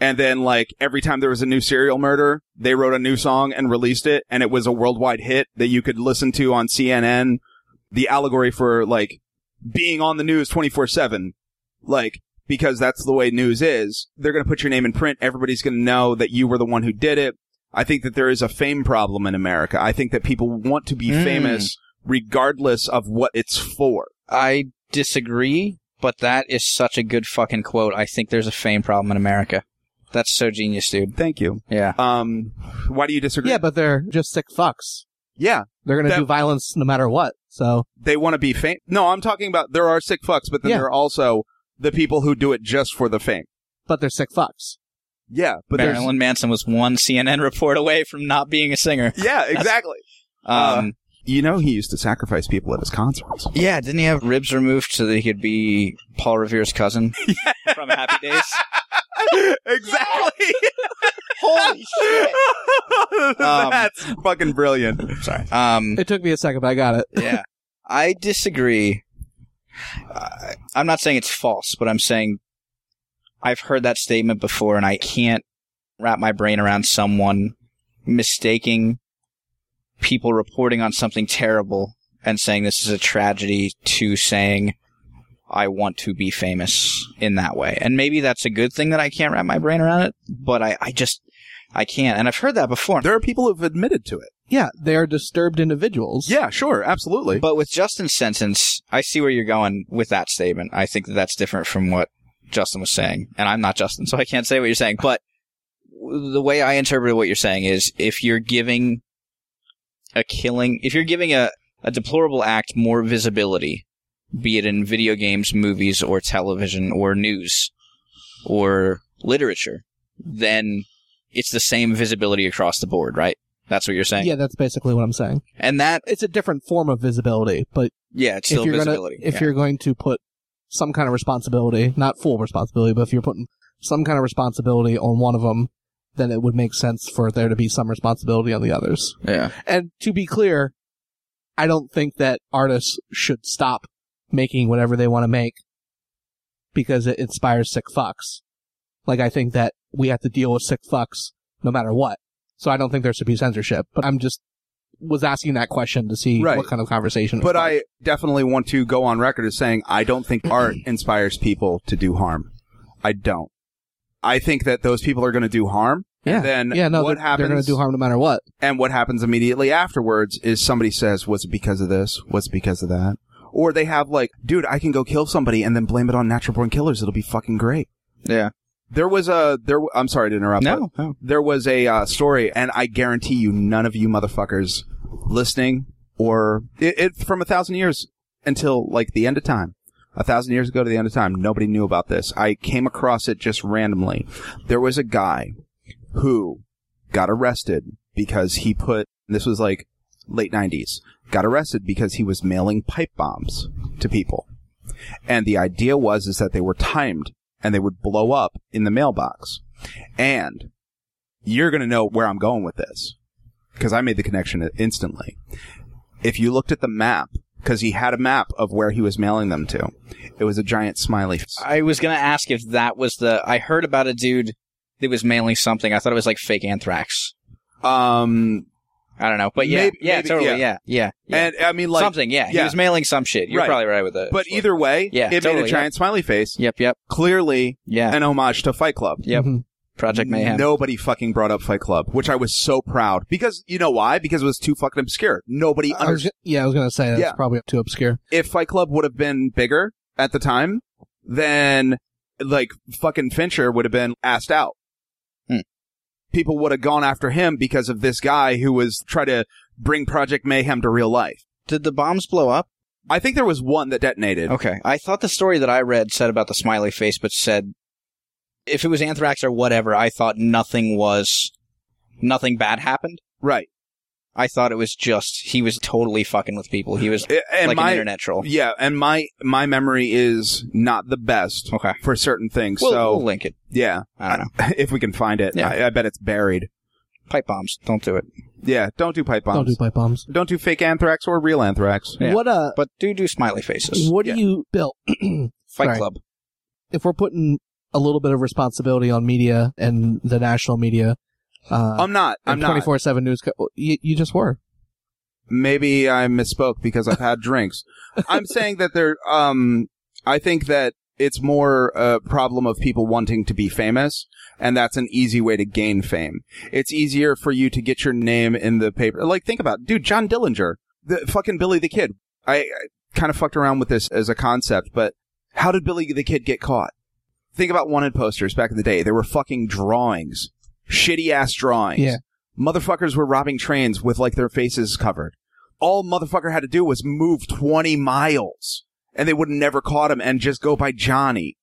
Speaker 3: and then like every time there was a new serial murder, they wrote a new song and released it, and it was a worldwide hit that you could listen to on CNN. The allegory for like being on the news 24 seven, like because that's the way news is. They're going to put your name in print. Everybody's going to know that you were the one who did it. I think that there is a fame problem in America. I think that people want to be
Speaker 1: Mm.
Speaker 3: famous regardless of what it's for.
Speaker 1: I disagree, but that is such a good fucking quote. I think there's a fame problem in America. That's so genius, dude.
Speaker 3: Thank you.
Speaker 1: Yeah.
Speaker 3: Um, why do you disagree?
Speaker 2: yeah, but they're just sick fucks.
Speaker 3: yeah,
Speaker 2: They're gonna
Speaker 3: That-
Speaker 2: do violence no matter what. So
Speaker 3: they want to be fame. No, I'm talking about there are sick fucks, but then
Speaker 2: Yeah.
Speaker 3: there are also the people who do it just for the fame.
Speaker 2: but they're sick fucks.
Speaker 3: Yeah, but there's
Speaker 1: Marilyn Manson was one CNN report away from not being a singer.
Speaker 3: yeah, exactly.
Speaker 1: Um,
Speaker 3: You know, he used to sacrifice people at his concerts.
Speaker 1: yeah, didn't he have ribs removed so that he could be Paul Revere's cousin from Happy Days?
Speaker 3: exactly.
Speaker 1: Holy shit! Um,
Speaker 3: That's fucking brilliant.
Speaker 1: Sorry. Um,
Speaker 2: It took me a second, but I got it.
Speaker 1: yeah, I disagree. I I'm not saying it's false, but I'm saying I've heard that statement before, and I can't wrap my brain around someone mistaking people reporting on something terrible and saying this is a tragedy to saying I want to be famous in that way. And maybe that's a good thing that I can't wrap my brain around it, but I, I just I can't. And I've heard that before.
Speaker 3: There are people who've admitted to it.
Speaker 2: Yeah, they are disturbed individuals.
Speaker 3: Yeah, sure, absolutely.
Speaker 1: But with Justin's sentence, I see where you're going with that statement. I think that that's different from what Justin was saying, and I'm not Justin, so I can't say what you're saying. But w- the way I interpret what you're saying is, if you're giving a killing, if you're giving a, a deplorable act more visibility, be it in video games, movies, or television, or news, or literature, then it's the same visibility across the board, right? That's what you're saying.
Speaker 2: Yeah, that's basically what I'm saying.
Speaker 1: And that,
Speaker 2: It's a different form of visibility, but
Speaker 1: yeah, it's still
Speaker 2: if you're
Speaker 1: visibility.
Speaker 2: Gonna, if
Speaker 1: yeah.
Speaker 2: you're going to put some kind of responsibility, not full responsibility, but if you're putting some kind of responsibility on one of them, then it would make sense for there to be some responsibility on the others.
Speaker 1: yeah.
Speaker 2: And to be clear, I don't think that artists should stop making whatever they want to make because it inspires sick fucks. Like I think that we have to deal with sick fucks no matter what. So I don't think there should be censorship. But I'm just was asking that question to see
Speaker 3: Right.
Speaker 2: what kind of conversation. it
Speaker 3: But
Speaker 2: sparked.
Speaker 3: I definitely want to go on record as saying I don't think art inspires people to do harm. I don't. I think that those people are going to do harm.
Speaker 2: yeah
Speaker 3: Then
Speaker 2: yeah no
Speaker 3: what
Speaker 2: they're,
Speaker 3: happens?
Speaker 2: they're going to do harm no matter what.
Speaker 3: And what happens immediately afterwards is somebody says, "Was it because of this? Was it because of that?" Or they have like, "Dude, I can go kill somebody and then blame it on natural born killers. It'll be fucking great."
Speaker 1: Yeah.
Speaker 3: There was a there. w- I'm sorry to interrupt. but
Speaker 1: No, no.
Speaker 3: there was a uh, story, and I guarantee you, none of you motherfuckers listening or it, it from a thousand years until like the end of time. A thousand years ago to the end of time, nobody knew about this. I came across it just randomly. There was a guy who got arrested because he put this was like late 90s got arrested because he was mailing pipe bombs to people and the idea was is that they were timed and they would blow up in the mailbox and you're going to know where i'm going with this because i made the connection instantly if you looked at the map because he had a map of where he was mailing them to it was a giant smiley face.
Speaker 1: I was going to ask if that was the. I heard about a dude that was mailing something. I thought it was like fake anthrax.
Speaker 3: um
Speaker 1: I don't know. But yeah.
Speaker 3: Maybe-
Speaker 1: yeah,
Speaker 3: maybe,
Speaker 1: totally.
Speaker 3: yeah.
Speaker 1: Yeah. Yeah. yeah,
Speaker 3: and i mean like
Speaker 1: something. Yeah. He
Speaker 3: yeah.
Speaker 1: was mailing some shit. You're
Speaker 3: Right.
Speaker 1: probably right with that.
Speaker 3: but either way
Speaker 1: Yeah,
Speaker 3: it made
Speaker 1: totally,
Speaker 3: a
Speaker 1: yeah.
Speaker 3: giant smiley face
Speaker 1: Yep. Yep.
Speaker 3: clearly
Speaker 1: Yeah.
Speaker 3: an homage to Fight Club.
Speaker 1: Yep.
Speaker 2: Mhm.
Speaker 1: Project Mayhem.
Speaker 3: Nobody fucking brought up Fight Club, which I was so proud because you know why? Because it was too fucking obscure. Nobody
Speaker 2: I was,
Speaker 3: understood.
Speaker 2: ju- yeah, I was going to say that's
Speaker 3: Yeah.
Speaker 2: probably too obscure.
Speaker 3: If Fight Club would have been bigger at the time, then like fucking Fincher would have been asked out.
Speaker 1: Hmm.
Speaker 3: People would have gone after him because of this guy who was trying to bring Project Mayhem to real life.
Speaker 1: Did the bombs blow up?
Speaker 3: I think there was one that detonated.
Speaker 1: Okay. I thought the story that I read said about the smiley face, but said if it was anthrax or whatever, I thought nothing was. Nothing bad happened.
Speaker 3: Right.
Speaker 1: I thought it was just he was totally fucking with people. He was
Speaker 3: A- And
Speaker 1: like an
Speaker 3: my
Speaker 1: internet troll.
Speaker 3: yeah, and my my memory is not the best
Speaker 1: Okay.
Speaker 3: for certain things.
Speaker 1: We'll,
Speaker 3: so
Speaker 1: we'll link it.
Speaker 3: yeah,
Speaker 1: I don't know.
Speaker 3: if we can find it.
Speaker 1: Yeah.
Speaker 3: I, I bet it's buried.
Speaker 1: Pipe bombs. Don't do it.
Speaker 3: Yeah, don't do pipe bombs.
Speaker 2: Don't do pipe bombs.
Speaker 3: Don't do fake anthrax or real anthrax.
Speaker 1: Yeah.
Speaker 2: What uh,
Speaker 1: But do do smiley faces.
Speaker 2: what
Speaker 3: yeah.
Speaker 2: do you build?
Speaker 1: Fight
Speaker 2: Sorry.
Speaker 1: Club.
Speaker 2: if we're putting a little bit of responsibility on media and the national media, uh,
Speaker 3: I'm not. I'm not.
Speaker 2: twenty four seven news. Co- you, you just were.
Speaker 3: Maybe I misspoke because I've had drinks. I'm saying that there. Um, I think that it's more a problem of people wanting to be famous, and that's an easy way to gain fame. It's easier for you to get your name in the paper. Like, think about, it. dude, John Dillinger, the fucking Billy the Kid. I, I kind of fucked around with this as a concept, but how did Billy the Kid get caught? Think about wanted posters back in the day. They were fucking drawings, shitty ass drawings.
Speaker 2: Yeah.
Speaker 3: Motherfuckers were robbing trains with like their faces covered. All motherfucker had to do was move 20 miles and they would have never caught him and just go by Johnny.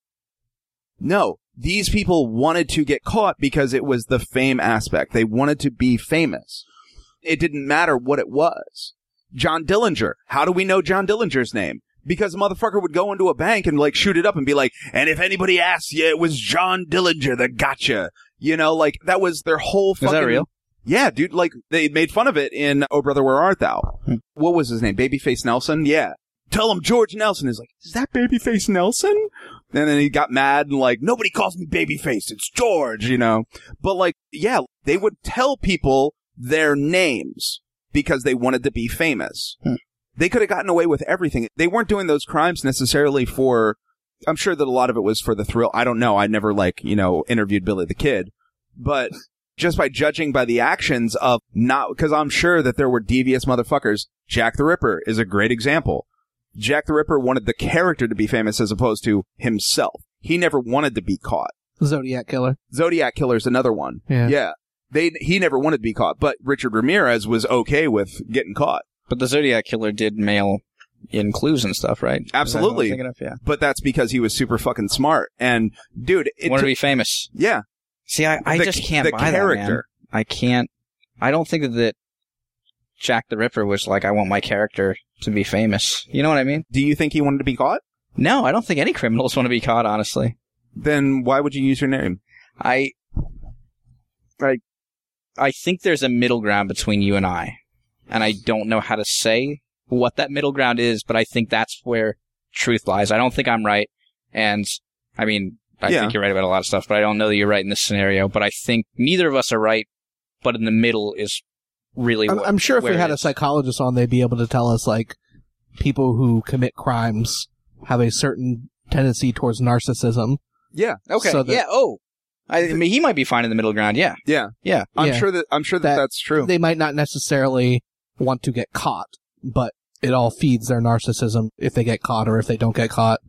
Speaker 3: No, these people wanted to get caught because it was the fame aspect. They wanted to be famous. It didn't matter what it was. John Dillinger. How do we know John Dillinger's name? Because the motherfucker would go into a bank and like shoot it up and be like, and if anybody asks you, it was John Dillinger that gotcha. You know, like that was their whole
Speaker 1: that
Speaker 3: fucking.
Speaker 1: real?
Speaker 3: Yeah, dude. Like they made fun of it in Oh Brother Where Art Thou.
Speaker 1: Hmm.
Speaker 3: What was his name? Babyface Nelson? Yeah. Tell him George Nelson is like, is that Babyface Nelson? And then he got mad and like, nobody calls me babyface. It's George, you know? But like, yeah, they would tell people their names because they wanted to be famous.
Speaker 1: Hmm.
Speaker 3: They could have gotten away with everything. They weren't doing those crimes necessarily for, I'm sure that a lot of it was for the thrill. I don't know. I never like, you know, interviewed Billy the Kid, but just by judging by the actions of not, cause I'm sure that there were devious motherfuckers. Jack the Ripper is a great example. Jack the Ripper wanted the character to be famous as opposed to himself. He never wanted to be caught.
Speaker 2: Zodiac killer.
Speaker 3: Zodiac Killer's another one.
Speaker 2: Yeah.
Speaker 3: They he never wanted to be caught, but Richard Ramirez was okay with getting caught.
Speaker 1: But the Zodiac Killer did mail in clues and stuff, right? Is that what I'm
Speaker 3: Absolutely.
Speaker 1: thinking of? Yeah.
Speaker 3: But that's because he was super fucking smart. And dude, it
Speaker 1: Wanted
Speaker 3: took-
Speaker 1: to be famous.
Speaker 3: yeah,
Speaker 1: See, I, I
Speaker 3: the-
Speaker 1: just can't
Speaker 3: the
Speaker 1: buy
Speaker 3: character.
Speaker 1: that. man. I can't. I don't think that Jack the Ripper was like, I want my character to be famous. You know what I mean?
Speaker 3: Do you think he wanted to be caught?
Speaker 1: No, I don't think any criminals want to be caught, honestly.
Speaker 3: Then why would you use your name?
Speaker 1: I, I, I think there's a middle ground between you and I, and I don't know how to say what that middle ground is, but I think that's where truth lies. I don't think I'm right, and I mean, I
Speaker 3: Yeah.
Speaker 1: think you're right about a lot of stuff, but I don't know that you're right in this scenario. But I think neither of us are right, but in the middle is really.
Speaker 2: I'm,
Speaker 1: what-
Speaker 2: I'm sure if
Speaker 1: where
Speaker 2: we
Speaker 1: it
Speaker 2: had a
Speaker 1: is.
Speaker 2: psychologist on, they'd be able to tell us like people who commit crimes have a certain tendency towards narcissism.
Speaker 3: Yeah.
Speaker 1: Okay.
Speaker 2: so that-
Speaker 1: yeah. Oh, I, I mean, he might be fine in the middle ground. Yeah.
Speaker 3: Yeah.
Speaker 1: Yeah.
Speaker 3: I'm
Speaker 2: Yeah.
Speaker 3: sure that I'm sure that,
Speaker 2: That-
Speaker 3: that's true.
Speaker 2: They might not necessarily want to get caught, but it all feeds their narcissism if they get caught or if they don't get caught.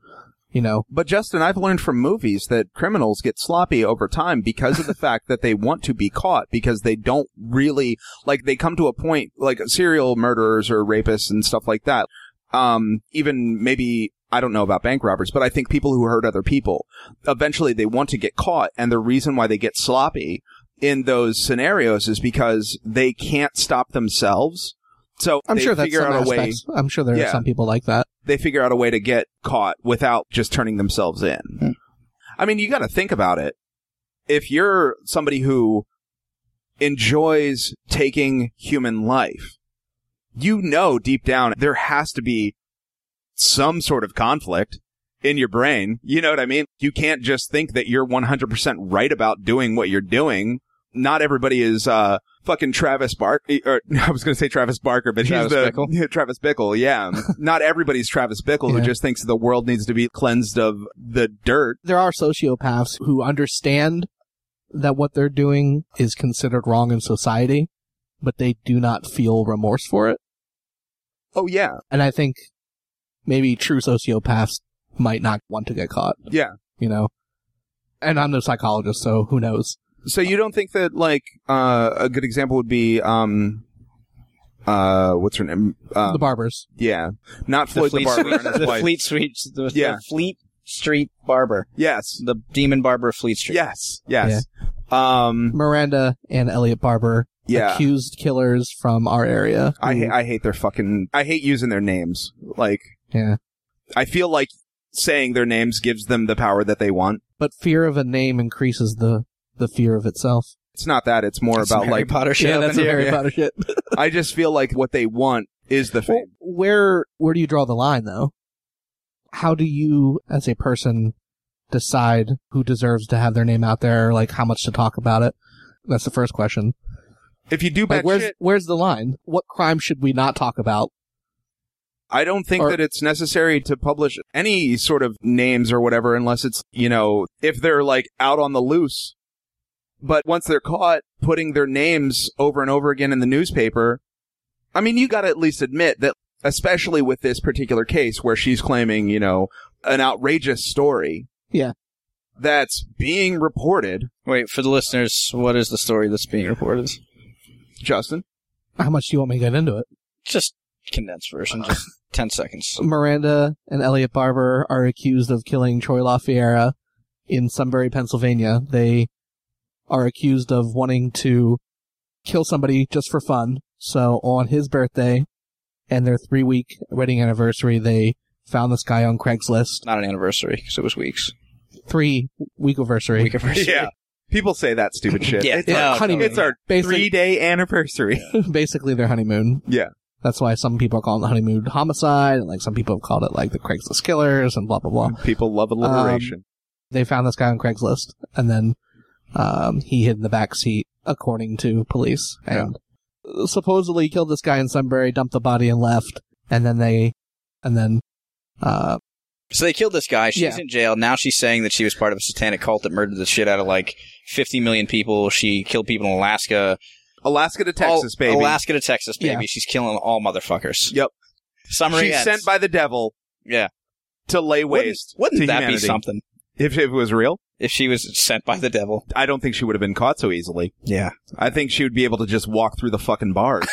Speaker 2: You know,
Speaker 3: but Justin, I've learned from movies that criminals get sloppy over time because of the fact that they want to be caught because they don't really like they come to a point like serial murderers or rapists and stuff like that. Um, even maybe I don't know about bank robbers, but I think people who hurt other people eventually they want to get caught, and the reason why they get sloppy in those scenarios is because they can't stop themselves. So
Speaker 2: I'm
Speaker 3: they
Speaker 2: sure that's
Speaker 3: figure
Speaker 2: some
Speaker 3: out a way.
Speaker 2: aspects. I'm sure there
Speaker 3: Yeah.
Speaker 2: are some people like that.
Speaker 3: they figure out a way to get caught without just turning themselves in.
Speaker 1: Hmm.
Speaker 3: I mean, you got to think about it. If you're somebody who enjoys taking human life, you know deep down there has to be some sort of conflict in your brain. You know what I mean? You can't just think that you're 100% right about doing what you're doing. Not everybody is uh fucking Travis Barker or I was going to say Travis Barker, but
Speaker 1: Travis
Speaker 3: he's the
Speaker 1: Bickle?
Speaker 3: Yeah, Travis Bickle, yeah. Not everybody's Travis Bickle who
Speaker 2: Yeah.
Speaker 3: just thinks the world needs to be cleansed of the dirt.
Speaker 2: There are sociopaths who understand that what they're doing is considered wrong in society, but they do not feel remorse for it.
Speaker 3: Oh yeah.
Speaker 2: And I think maybe true sociopaths might not want to get caught.
Speaker 3: Yeah.
Speaker 2: You know? And I'm no psychologist, so who knows?
Speaker 3: So you don't think that like uh, a good example would be um uh what's her name? Uh,
Speaker 2: the barbers.
Speaker 3: yeah. Not
Speaker 1: The
Speaker 3: Floyd the,
Speaker 1: Fleet
Speaker 3: Barber
Speaker 1: Street,
Speaker 3: and his
Speaker 1: the
Speaker 3: wife.
Speaker 1: Fleet Street, the,
Speaker 3: Yeah.
Speaker 1: the Fleet Street Barber,
Speaker 3: Yes.
Speaker 1: the Demon Barber of Fleet Street.
Speaker 3: Yes. Yes. Um
Speaker 2: Miranda and Elliot Barber,
Speaker 3: yeah.
Speaker 2: accused killers from our area.
Speaker 3: I
Speaker 2: who-
Speaker 3: ha- I hate their fucking I hate using their names. Like
Speaker 2: yeah.
Speaker 3: I feel like saying their names gives them the power that they want.
Speaker 2: But fear of a name increases the the fear of itself.
Speaker 3: It's not that, it's more
Speaker 1: That's
Speaker 3: about
Speaker 1: Harry
Speaker 3: like
Speaker 1: Potter shit.
Speaker 2: yeah,
Speaker 1: up
Speaker 2: that's
Speaker 1: in
Speaker 2: a
Speaker 1: here.
Speaker 2: Harry
Speaker 1: Yeah.
Speaker 2: Potter shit.
Speaker 3: I just feel like what they want is the
Speaker 2: Well,
Speaker 3: fame.
Speaker 2: where where do you draw the line though? How do you as a person decide who deserves to have their name out there, like how much to talk about it? That's the first question.
Speaker 3: If you do
Speaker 2: Like
Speaker 3: bad
Speaker 2: where's
Speaker 3: shit,
Speaker 2: where's the line? What crime should we not talk about?
Speaker 3: I don't think
Speaker 2: or-
Speaker 3: that it's necessary to publish any sort of names or whatever unless it's, you know, if they're like out on the loose. But once they're caught putting their names over and over again in the newspaper, I mean, you got to at least admit that, especially with this particular case where she's claiming, you know, an outrageous story.
Speaker 2: Yeah.
Speaker 3: That's being reported,
Speaker 1: Wait for the listeners. What is the story that's being reported?
Speaker 3: Justin.
Speaker 2: How much do you want me to get into it?
Speaker 1: Just condensed version.
Speaker 3: Uh-huh.
Speaker 1: Just ten seconds.
Speaker 2: Miranda and Elliot Barber are accused of killing Troy LaFiera in Sunbury, Pennsylvania. They are accused of wanting to kill somebody just for fun. So on his birthday and their three week wedding anniversary, they found this guy on Craigslist.
Speaker 1: Not an anniversary because it was weeks.
Speaker 2: Three week anniversary.
Speaker 1: Week anniversary.
Speaker 3: People say that stupid shit.
Speaker 1: Yeah.
Speaker 3: It's
Speaker 1: Yeah.
Speaker 3: our,
Speaker 1: No,
Speaker 2: honeymoon.
Speaker 3: it's our three
Speaker 2: basically,
Speaker 3: day anniversary.
Speaker 2: basically their honeymoon.
Speaker 3: Yeah.
Speaker 2: That's why some people call it the honeymoon homicide, and like some people have called it like the Craigslist killers and blah blah blah.
Speaker 3: People love
Speaker 2: Um,
Speaker 3: alliteration.
Speaker 2: they found this guy on Craigslist, and then um, he hid in the back seat, according to police, and supposedly killed this guy in Sunbury, dumped the body, and left. And then they, and then, uh,
Speaker 1: So they killed this guy. She's
Speaker 2: Yeah.
Speaker 1: in jail now. She's saying that she was part of a satanic cult that murdered the shit out of like fifty million people. She killed people in Alaska,
Speaker 3: Alaska to Texas,
Speaker 1: All-
Speaker 3: baby.
Speaker 1: Oh, Alaska to Texas, baby.
Speaker 2: Yeah.
Speaker 1: She's killing all motherfuckers.
Speaker 3: Yep.
Speaker 1: Summary
Speaker 3: She's
Speaker 1: ends.
Speaker 3: sent by the devil
Speaker 1: yeah.
Speaker 3: to lay
Speaker 1: Wouldn't-
Speaker 3: waste.
Speaker 1: Wouldn't,
Speaker 3: to
Speaker 1: that
Speaker 3: humanity.
Speaker 1: be something
Speaker 3: If it was real,
Speaker 1: if she was sent by the devil?
Speaker 3: I don't think she would have been caught so easily.
Speaker 1: Yeah.
Speaker 3: I think she would be able to just walk through the fucking bars.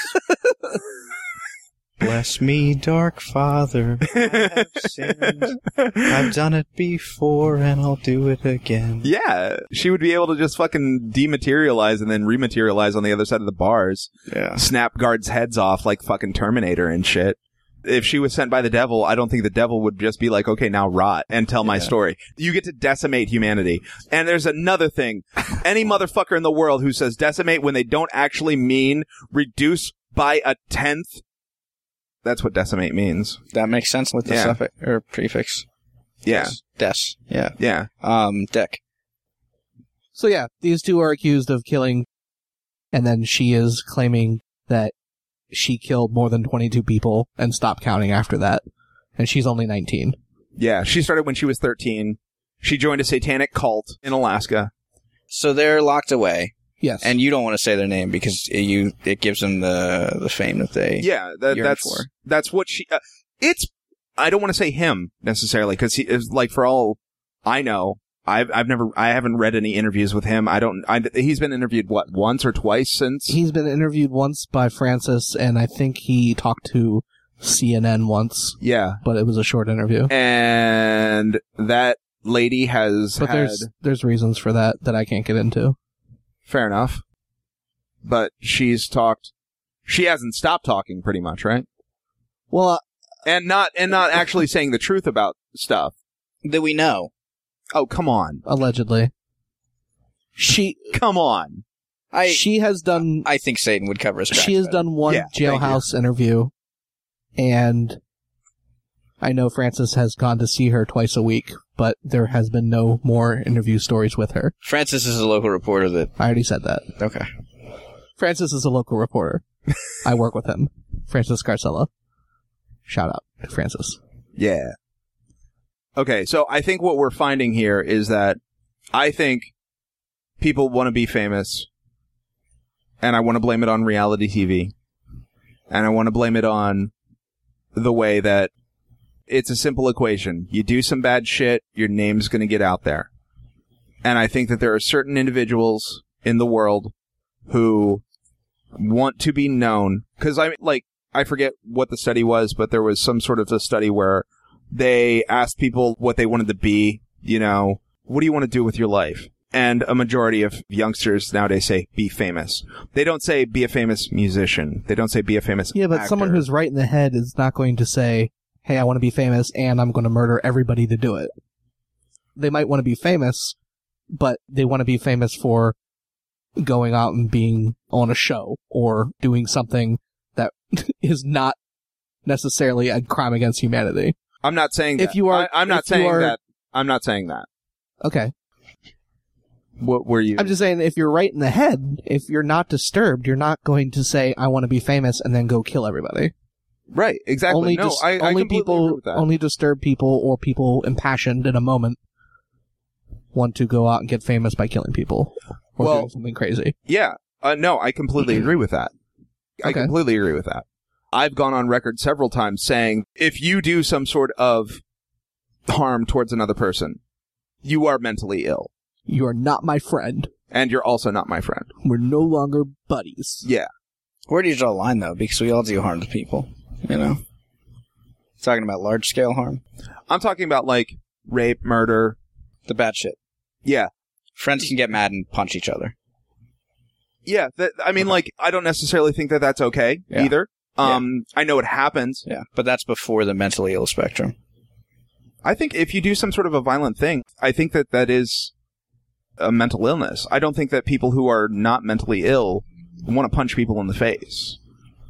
Speaker 1: Bless me, dark father. I have sinned. I've done it before and I'll do it again.
Speaker 3: Yeah, she would be able to just fucking dematerialize and then rematerialize on the other side of the bars.
Speaker 1: Yeah.
Speaker 3: Snap guards heads off like fucking Terminator and shit. If she was sent by the devil, I don't think the devil would just be like, okay, now rot and tell my story. You get to decimate humanity. And there's another thing. Any motherfucker in the world who says decimate when they don't actually mean reduce by a tenth, that's what decimate means.
Speaker 1: That makes sense with the
Speaker 3: Yeah.
Speaker 1: suffix or prefix.
Speaker 3: Yeah.
Speaker 1: Des. Yeah.
Speaker 3: Yeah.
Speaker 1: Um, deck.
Speaker 2: So yeah, these two are accused of killing, and then she is claiming that she killed more than 22 people and stopped counting after that. And she's only 19.
Speaker 3: Yeah. She started when she was 13. She joined a satanic cult in Alaska.
Speaker 1: So they're locked away,
Speaker 2: Yes.
Speaker 1: and you don't want to say their name because it, you it gives them the the fame that they.
Speaker 3: Yeah, that,
Speaker 1: yearn
Speaker 3: that's
Speaker 1: for.
Speaker 3: that's what she. Uh, it's. I don't want to say him necessarily because he is like for all I know. I've I've never I haven't read any interviews with him. I don't. I, he's been interviewed what once or twice since.
Speaker 2: he's been interviewed once by Francis, and I think he talked to CNN once,
Speaker 3: yeah,
Speaker 2: but it was a short interview.
Speaker 3: and that lady has
Speaker 2: But
Speaker 3: had
Speaker 2: there's there's reasons for that that I can't get into.
Speaker 3: fair enough, but she's talked. She hasn't stopped talking, pretty much, right?
Speaker 2: Well, uh,
Speaker 3: And not and not actually saying the truth about stuff.
Speaker 1: That we know.
Speaker 3: Oh come on,
Speaker 2: allegedly, she
Speaker 3: come on.
Speaker 1: I
Speaker 2: she has done
Speaker 1: I think Satan would cover his tracks.
Speaker 2: she has
Speaker 1: better.
Speaker 2: done one
Speaker 3: Yeah, thank you.
Speaker 2: jailhouse interview, and I know Francis has gone to see her twice a week, but there has been no more interview stories with her.
Speaker 1: Francis is a local reporter that.
Speaker 2: I already said that.
Speaker 1: Okay.
Speaker 2: Francis is a local reporter. I work with him. Francis Carcella. Shout out to Francis.
Speaker 3: Yeah. Okay, so I think what we're finding here is that I think people want to be famous, and I want to blame it on reality TV, and I want to blame it on the way that it's a simple equation. You do some bad shit, your name's going to get out there. And I think that there are certain individuals in the world who want to be known because I like I forget what the study was, but there was some sort of a study where they asked people what they wanted to be, you know, what do you want to do with your life? And a majority of youngsters nowadays say be famous. They don't say be a famous musician. They don't say be a famous
Speaker 2: Yeah, but someone
Speaker 3: actor.
Speaker 2: who's right in the head is not going to say, "Hey, I want to be famous, and I'm going to murder everybody to do it." They might want to be famous, but they want to be famous for going out and being on a show or doing something that is not necessarily a crime against humanity.
Speaker 3: I'm not saying
Speaker 2: If
Speaker 3: that.
Speaker 2: you are-
Speaker 3: I, am not
Speaker 2: if you
Speaker 3: saying
Speaker 2: are-
Speaker 3: that. I'm not saying that.
Speaker 2: Okay,
Speaker 3: What were you?
Speaker 2: I'm just saying if you're right in the head, if you're not disturbed, you're not going to say, "I want to be famous," and then go kill everybody.
Speaker 3: right. Exactly.
Speaker 2: only
Speaker 3: no,
Speaker 2: dis-
Speaker 3: I, I
Speaker 2: only
Speaker 3: completely
Speaker 2: people
Speaker 3: agree with that.
Speaker 2: only disturbed people or people impassioned in a moment want to go out and get famous by killing people or
Speaker 3: Well-
Speaker 2: doing something crazy.
Speaker 3: Yeah. Uh, no, I completely agree with that. I
Speaker 2: Okay.
Speaker 3: completely agree with that. I've gone on record several times saying if you do some sort of harm towards another person, you are mentally ill
Speaker 2: You are not my friend.
Speaker 3: and you're also not my friend.
Speaker 2: We're no longer buddies.
Speaker 3: Yeah.
Speaker 1: Where do you draw the line though? Because we all do harm to people. You know. Talking about large scale harm.
Speaker 3: I'm talking about like rape, murder.
Speaker 1: The bad shit.
Speaker 3: Yeah.
Speaker 1: Friends can get mad and punch each other.
Speaker 3: Yeah. That, I mean, like, I don't necessarily think that that's okay
Speaker 1: Yeah.
Speaker 3: either. Um, I know it happens.
Speaker 1: Yeah. But that's before the mentally ill spectrum.
Speaker 3: I think if you do some sort of a violent thing, I think that that is a mental illness. I don't think that people who are not mentally ill want to punch people in the face.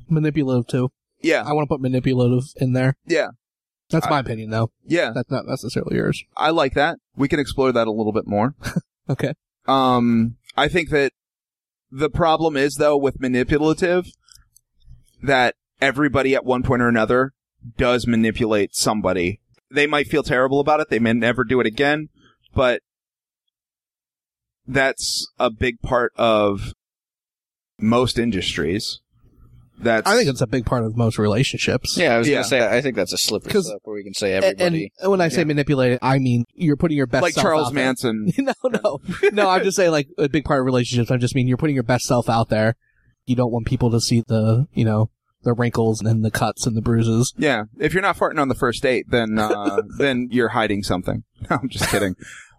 Speaker 2: Manipulative too.
Speaker 3: Yeah,
Speaker 2: I want to put manipulative in there.
Speaker 3: yeah,
Speaker 2: That's my opinion though.
Speaker 3: yeah.
Speaker 2: That's not necessarily yours.
Speaker 3: I like that. We can explore that a little bit more.
Speaker 2: Okay.
Speaker 3: Um, I think that the problem is though with manipulative that everybody at one point or another does manipulate somebody. They might feel terrible about it. They may never do it again, but that's a big part of most industries. That's
Speaker 2: I think it's a big part of most relationships.
Speaker 1: Yeah, I was
Speaker 3: Yeah.
Speaker 1: gonna say I think that's a slippery
Speaker 2: 'Cause-
Speaker 1: slope where we can say
Speaker 2: A-
Speaker 1: everybody.
Speaker 2: And when I say
Speaker 3: Yeah.
Speaker 2: manipulated, I mean you're putting your best
Speaker 3: like
Speaker 2: self
Speaker 3: Charles
Speaker 2: out there.
Speaker 3: Manson.
Speaker 2: no, no, no. I'm just saying, like a big part of relationships. I just mean you're putting your best self out there. You don't want people to see the, you know, the wrinkles and the cuts and the bruises.
Speaker 3: Yeah, if you're not farting on the first date, then uh, then you're hiding something. No, I'm just kidding.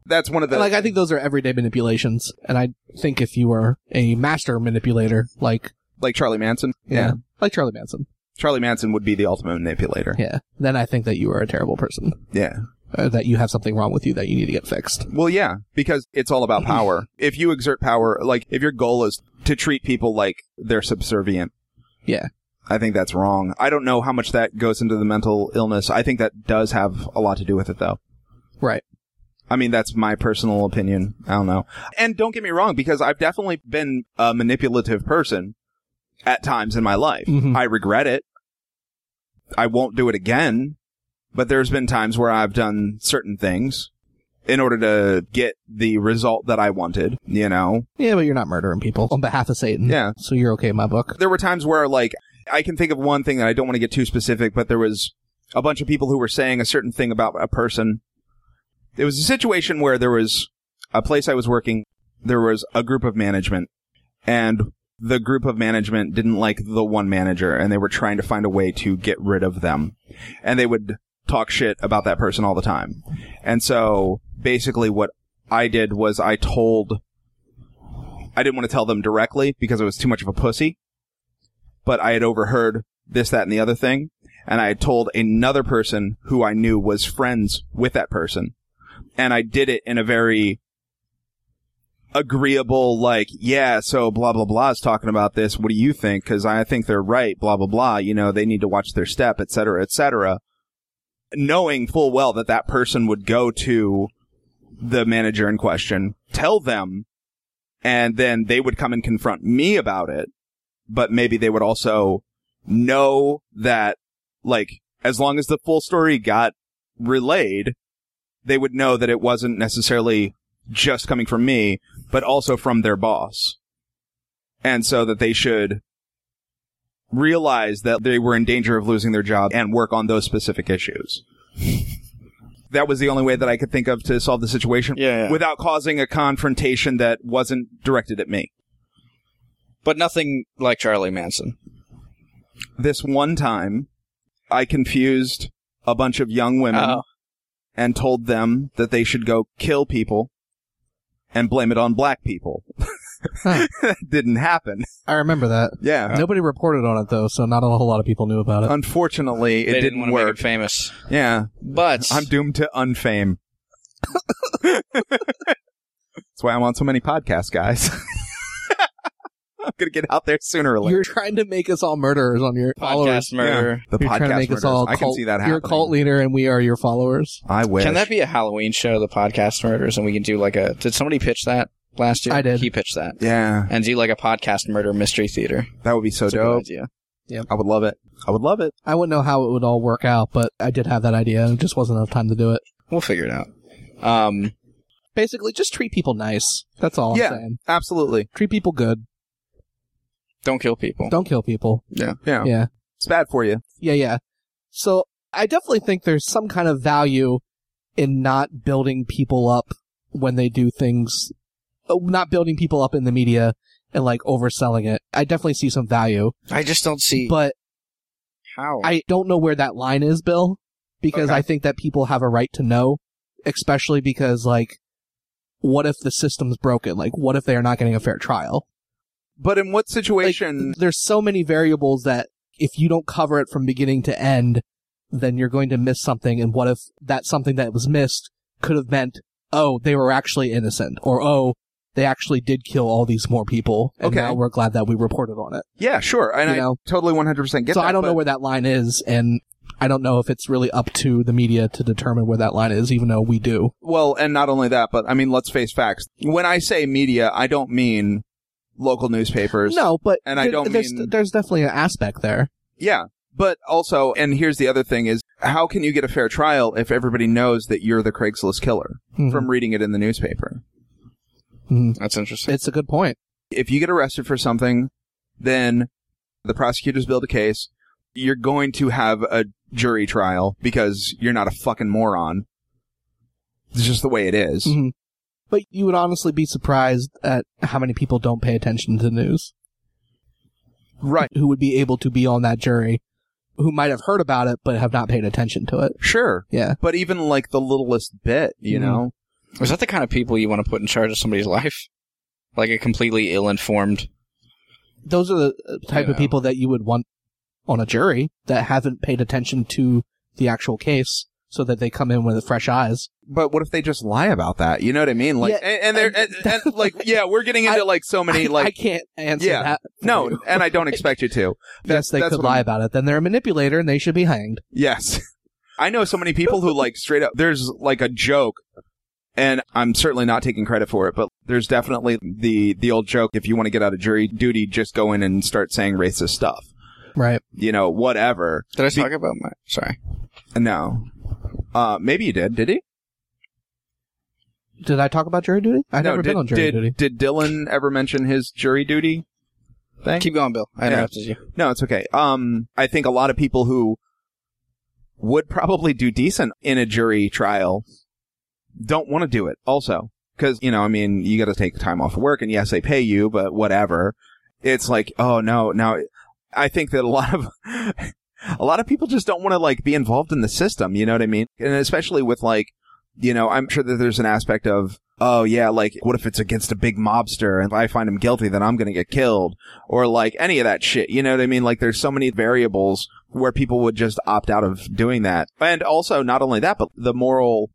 Speaker 3: That's one of the
Speaker 2: And, like I think those are everyday manipulations, and I think if you were a master manipulator, like
Speaker 3: like Charlie Manson.
Speaker 2: yeah, like Charlie Manson,
Speaker 3: Charlie Manson would be the ultimate manipulator.
Speaker 2: yeah, then I think that you are a terrible person,
Speaker 3: Yeah.
Speaker 2: or that you have something wrong with you that you need to get fixed.
Speaker 3: Well, yeah, because it's all about power. if you exert power, like if your goal is to treat people like they're subservient.
Speaker 2: Yeah.
Speaker 3: I think that's wrong. I don't know how much that goes into the mental illness. I think that does have a lot to do with it though.
Speaker 2: Right.
Speaker 3: I mean, that's my personal opinion. I don't know. And don't get me wrong, because I've definitely been a manipulative person at times in my life.
Speaker 2: Mhm.
Speaker 3: I regret it. I won't do it again, but there's been times where I've done certain things in order to get the result that I wanted, you know?
Speaker 2: Yeah, but you're not murdering people on behalf of Satan.
Speaker 3: Yeah.
Speaker 2: so you're okay in my book.
Speaker 3: There were times where, like, I can think of one thing that I don't want to get too specific, but there was a bunch of people who were saying a certain thing about a person. It was a situation where there was a place I was working, there was a group of management, and the group of management didn't like the one manager, and they were trying to find a way to get rid of them. And they would talk shit about that person all the time. And so basically, what I did was I told. I didn't want to tell them directly because I was too much of a pussy but I had overheard this, that, and the other thing. And I had told another person who I knew was friends with that person. And I did it in a very agreeable, like, yeah, so blah, blah, blah is talking about this. What do you think? Cause I think they're right, blah, blah, blah. You know, they need to watch their step, et cetera, et cetera. Knowing full well that that person would go to the manager in question, tell them, and then they would come and confront me about it but maybe they would also know that, like, as long as the full story got relayed, they would know that it wasn't necessarily just coming from me, but also from their boss. And so that they should realize that they were in danger of losing their job and work on those specific issues. that was the only way that I could think of to solve the situation
Speaker 1: Yeah, yeah.
Speaker 3: without causing a confrontation that wasn't directed at me.
Speaker 1: But nothing like Charlie Manson.
Speaker 3: this one time, I confused a bunch of young women
Speaker 1: Oh.
Speaker 3: and told them that they should go kill people and blame it on black people.
Speaker 2: Huh.
Speaker 3: That didn't happen.
Speaker 2: I remember that.
Speaker 3: Yeah.
Speaker 2: Nobody reported on it though, so not a whole lot of people knew about it.
Speaker 3: Unfortunately, it
Speaker 1: they
Speaker 3: didn't,
Speaker 1: want to
Speaker 3: work.
Speaker 1: make it famous.
Speaker 3: yeah.
Speaker 1: But
Speaker 3: I'm doomed to unfame. That's why I'm on so many podcasts, guys. I'm going to get out there sooner or later.
Speaker 2: You're trying to make us all murderers on your followers.
Speaker 1: podcast murder.
Speaker 3: the
Speaker 2: You're trying to make
Speaker 3: podcast
Speaker 2: us all
Speaker 3: murders. I
Speaker 2: cult.
Speaker 3: can see that happening.
Speaker 2: You're a cult leader, and we are your followers.
Speaker 3: I wish.
Speaker 1: Can that be a Halloween show, the podcast murders, and we can do like a? Did somebody pitch that last year?
Speaker 2: I did.
Speaker 1: He pitched that,
Speaker 3: yeah,
Speaker 1: and do like a podcast murder mystery theater.
Speaker 3: that would be so
Speaker 1: That's a
Speaker 3: dope.
Speaker 1: good idea.
Speaker 3: I would love it. I would love it.
Speaker 2: I wouldn't know how it would all work out, but I did have that idea, and it just wasn't enough time to do it.
Speaker 1: We'll figure it out. Um,
Speaker 2: Basically, just treat people nice. That's all
Speaker 3: Yeah.
Speaker 2: I'm saying.
Speaker 3: Absolutely.
Speaker 2: Treat people good.
Speaker 1: don't kill people.
Speaker 2: Don't kill people.
Speaker 3: Yeah.
Speaker 2: Yeah.
Speaker 3: It's bad for you.
Speaker 2: Yeah, yeah. So I definitely think there's some kind of value in not building people up when they do things, uh, not building people up in the media and like overselling it. I definitely see some value,
Speaker 1: I just don't see
Speaker 2: but
Speaker 1: how.
Speaker 2: I don't know where that line is, Bill, because
Speaker 3: Okay.
Speaker 2: I think that people have a right to know, especially because like, what if the system's broken? Like, what if they are not getting a fair trial?
Speaker 3: But in what
Speaker 2: Like,
Speaker 3: situation?
Speaker 2: there's so many variables that if you don't cover it from beginning to end, then you're going to miss something. And what if that something that was missed could have meant, oh, they were actually innocent, or oh, they actually did kill all these more people, and
Speaker 3: Okay.
Speaker 2: now we're glad that we reported on it.
Speaker 3: yeah, sure. And
Speaker 2: you
Speaker 3: I
Speaker 2: know?
Speaker 3: totally 100% get
Speaker 2: so
Speaker 3: that.
Speaker 2: I don't know
Speaker 3: but-
Speaker 2: where that line is, and I don't know if it's really up to the media to determine where that line is, even though we do.
Speaker 3: Well, and not only that, but I mean, let's face facts. When I say media, I don't mean local newspapers.
Speaker 2: No, but
Speaker 3: And I
Speaker 2: there-
Speaker 3: don't
Speaker 2: there's,
Speaker 3: mean-
Speaker 2: there's definitely an aspect there.
Speaker 3: Yeah. But also, and here's the other thing is how can you get a fair trial if everybody knows that you're the Craigslist killer
Speaker 2: Mhm.
Speaker 3: from reading it in the newspaper?
Speaker 1: That's interesting.
Speaker 2: it's a good point.
Speaker 3: If you get arrested for something, then the prosecutors build a case. You're going to have a jury trial because you're not a fucking moron. It's just the way it is.
Speaker 2: Mhm. But you would honestly be surprised at how many people don't pay attention to the news.
Speaker 5: Right.
Speaker 2: who would be able to be on that jury who might have heard about it but have not paid attention to it.
Speaker 5: Sure.
Speaker 2: Yeah.
Speaker 5: But even like the littlest bit, you
Speaker 2: Mhm.
Speaker 5: know?
Speaker 1: Is that the kind of people you want to put in charge of somebody's life? Like a completely ill-informed.
Speaker 2: Those are the uh, type of
Speaker 1: Yeah.
Speaker 2: people that you would want on a jury that haven't paid attention to the actual case so that they come in with fresh eyes.
Speaker 5: But what if they just lie about that? You know what I mean? Like,
Speaker 2: Yeah,
Speaker 5: and, and they're, and, and, like, yeah, we're getting into like so many,
Speaker 2: I
Speaker 5: like,
Speaker 2: can't answer
Speaker 5: Yeah.
Speaker 2: that. for
Speaker 5: no,
Speaker 2: you.
Speaker 5: and I don't expect you to.
Speaker 2: yes, they
Speaker 5: that's
Speaker 2: could
Speaker 5: what I'm-
Speaker 2: lie about it. Then they're a manipulator and they should be hanged.
Speaker 5: Yes.
Speaker 3: I know so many people who like straight up. There's like a joke, and I'm certainly not taking credit for it, but there's definitely the the old joke. If you want to get out of jury duty, just go in and start saying racist stuff.
Speaker 2: Right.
Speaker 3: You know, whatever.
Speaker 1: Did I talk about my? Sorry.
Speaker 3: No, uh, maybe you did. Did he?
Speaker 2: Did I talk about jury duty? I've
Speaker 3: no,
Speaker 2: never
Speaker 3: did,
Speaker 2: been on jury
Speaker 3: did,
Speaker 2: duty.
Speaker 3: Did Dylan ever mention his jury duty?
Speaker 1: Keep going, Bill. I interrupted you.
Speaker 3: No, it's okay. Um, I think a lot of people who would probably do decent in a jury trial don't want to do it also. Cause, you know, I mean, you gotta take time off work and yes, they pay you, but whatever. It's like, oh no, now I think that a lot of, a lot of people just don't want to like be involved in the system. You know what I mean? And especially with like, you know, I'm sure that there's an aspect of, oh yeah, like what if it's against a big mobster and if I find him guilty, then I'm going to get killed or like any of that shit. You know what I mean? Like there's so many variables where people would just opt out of doing that. And also not only that, but the moral,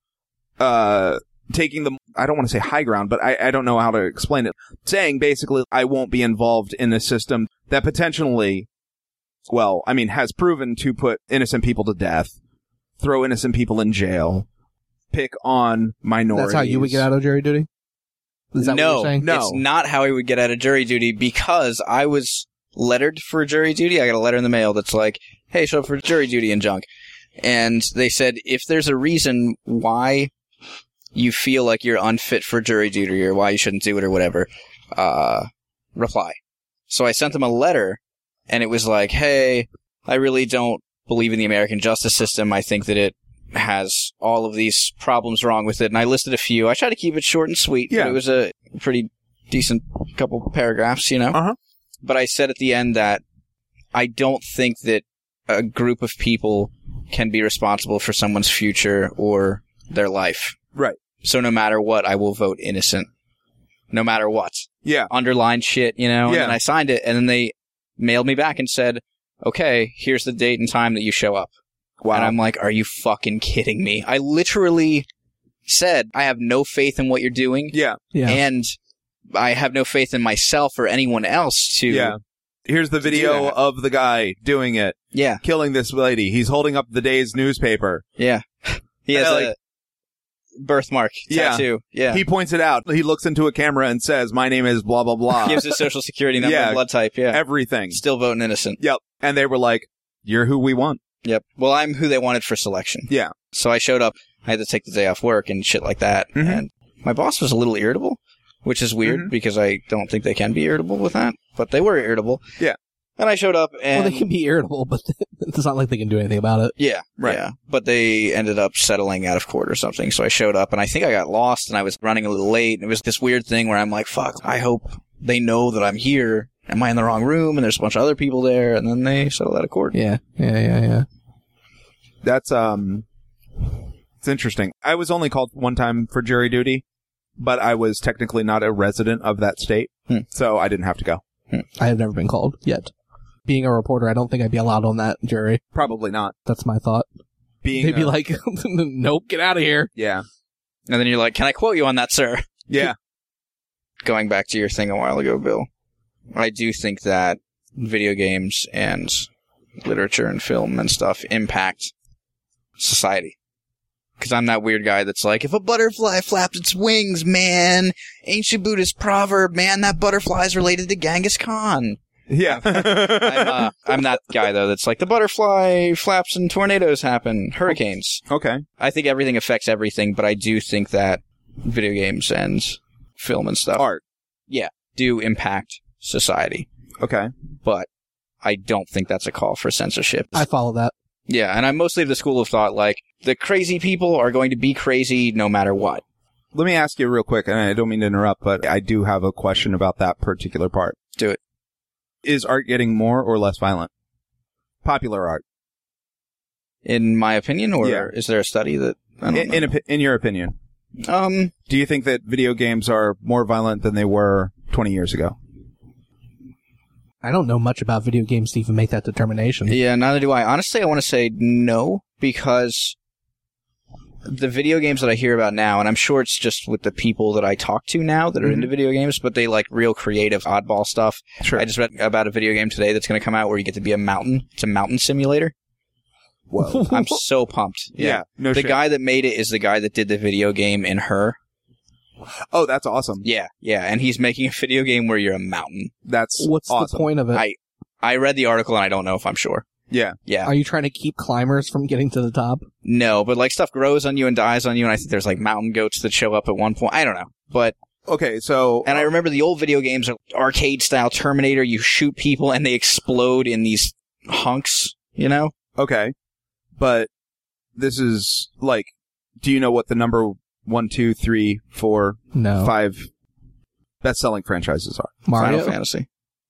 Speaker 3: uh, taking the, I don't want to say high ground, but I, I don't know how to explain it. Saying basically, I won't be involved in a system that potentially, well, I mean, has proven to put innocent people to death, throw innocent people in jail, pick on minorities.
Speaker 2: That's how you would get out of jury duty? Is that
Speaker 1: no,
Speaker 2: what you're saying?
Speaker 3: no.
Speaker 1: it's not how I would get out of jury duty because I was lettered for jury duty. I got a letter in the mail that's like, "Hey, show up for jury duty and junk," and they said if there's a reason why you feel like you're unfit for jury duty or why you shouldn't do it or whatever, uh, reply. So I sent them a letter, and it was like, "Hey, I really don't believe in the American justice system. I think that it." Has all of these problems wrong with it, and I listed a few. I tried to keep it short and sweet,
Speaker 3: Yeah.
Speaker 1: but it was a pretty decent couple paragraphs, you know?
Speaker 3: Uh-huh.
Speaker 1: But I said at the end that I don't think that a group of people can be responsible for someone's future or their life.
Speaker 3: Right.
Speaker 1: So no matter what, I will vote innocent. No matter what.
Speaker 3: Yeah.
Speaker 1: Underlined shit, you know?
Speaker 3: Yeah.
Speaker 1: And then I signed it, and then they mailed me back and said, okay, here's the date and time that you show up.
Speaker 3: Wow.
Speaker 1: And I'm like, are you fucking kidding me? I literally said, I have no faith in what you're doing
Speaker 3: yeah.
Speaker 2: Yeah.
Speaker 1: and I have no faith in myself or anyone else to.
Speaker 3: Yeah. Here's the
Speaker 1: do
Speaker 3: video
Speaker 1: that.
Speaker 3: of the guy doing it.
Speaker 1: yeah,
Speaker 3: killing this lady. He's holding up the day's newspaper.
Speaker 1: yeah. He has
Speaker 3: Yeah,
Speaker 1: a birthmark
Speaker 3: Yeah.
Speaker 1: tattoo. Yeah,
Speaker 3: He points it out. He looks into a camera and says, "My name is blah blah blah."
Speaker 1: gives his social security number,
Speaker 3: Ah. Yeah.
Speaker 1: and blood type. Yeah,
Speaker 3: everything.
Speaker 1: still voting innocent.
Speaker 3: Yep. And they were like, "You're who we want."
Speaker 1: Yep. Well, I'm who they wanted for selection.
Speaker 3: Yeah.
Speaker 1: So I showed up. I had to take the day off work and shit like that.
Speaker 3: Mhm.
Speaker 1: And my boss was a little irritable, which is
Speaker 3: Mm-hmm.
Speaker 1: weird because I don't think they can be irritable with that, but they were irritable.
Speaker 3: Yeah.
Speaker 1: And I showed up and
Speaker 2: well, they can be irritable, but it's not like they can do anything about it.
Speaker 1: Yeah.
Speaker 3: Right.
Speaker 1: Yeah. But they ended up settling out of court or something. So I showed up and I think I got lost and I was running a little late. And it was this weird thing where I'm like, fuck, I hope they know that I'm here. Am I in the wrong room? And there's a bunch of other people there. And then they settled out of court.
Speaker 2: Yeah, yeah, yeah, yeah.
Speaker 3: That's um, it's interesting. I was only called one time for jury duty, but I was technically not a resident of that state,
Speaker 1: Hmm.
Speaker 3: so I didn't have to go.
Speaker 2: I have never been called yet. Being a reporter, I don't think I'd be allowed on that jury.
Speaker 3: Probably not.
Speaker 2: That's my thought.
Speaker 3: Being
Speaker 2: They'd be
Speaker 3: a-
Speaker 2: like, "Nope, get out of here."
Speaker 3: yeah,
Speaker 1: And then you're like, can I quote you on that, sir?
Speaker 3: yeah,
Speaker 1: Going back to your thing a while ago, Bill, I do think that video games and literature and film and stuff impact society. Because I'm that weird guy that's like, if a butterfly flaps its wings, man, ancient Buddhist proverb, man, that butterfly's related to Genghis Khan.
Speaker 3: yeah.
Speaker 1: I'm, uh, I'm that guy, though, that's like, the butterfly flaps and tornadoes happen, hurricanes.
Speaker 3: okay.
Speaker 1: I think everything affects everything, but I do think that video games and film and stuff
Speaker 3: Art.
Speaker 1: do impact society.
Speaker 3: Okay.
Speaker 1: But I don't think that's a call for censorship.
Speaker 2: I follow that.
Speaker 1: Yeah, and I'm mostly of the school of thought like the crazy people are going to be crazy no matter what.
Speaker 3: Let me ask you real quick, and I don't mean to interrupt, but I do have a question about that particular part.
Speaker 1: Do it.
Speaker 3: Is art getting more or less violent? Popular art,
Speaker 1: in my opinion, or
Speaker 3: Yeah.
Speaker 1: is there a study that I don't
Speaker 3: in, in, opi- in your opinion,
Speaker 1: know. um,
Speaker 3: do you think that video games are more violent than they were 20 years ago?
Speaker 2: I don't know much about video games to even make that determination.
Speaker 1: yeah, neither do I. Honestly, I want to say no because the video games that I hear about now, and I'm sure it's just with the people that I talk to now that are into video games, but they like real creative oddball stuff.
Speaker 3: Mm-hmm. Sure.
Speaker 1: I just read about a video game today that's going to come out where you get to be a mountain. It's a mountain simulator.
Speaker 3: Whoa.
Speaker 1: I'm so pumped.
Speaker 3: yeah. No
Speaker 1: The
Speaker 3: shit.
Speaker 1: guy that made it is the guy that did the video game in her.
Speaker 3: oh, that's awesome.
Speaker 1: Yeah, yeah, and he's making a video game where you're a mountain.
Speaker 3: That's
Speaker 2: What's the
Speaker 3: awesome.
Speaker 2: point of it?
Speaker 1: I- I read the article and I don't know if I'm sure.
Speaker 3: Yeah.
Speaker 1: Yeah.
Speaker 2: Are you trying to keep climbers from getting to the top?
Speaker 1: No, but like stuff grows on you and dies on you and I think there's like mountain goats that show up at one point. I don't know. But
Speaker 3: Okay, so
Speaker 1: and I remember the old video games arcade style Terminator, you shoot people and they explode in these hunks, you know?
Speaker 3: okay, but this is like, do you know what the number one, two, three, four,
Speaker 2: No.
Speaker 3: five best-selling franchises are?
Speaker 2: Mario,
Speaker 1: Final Fantasy,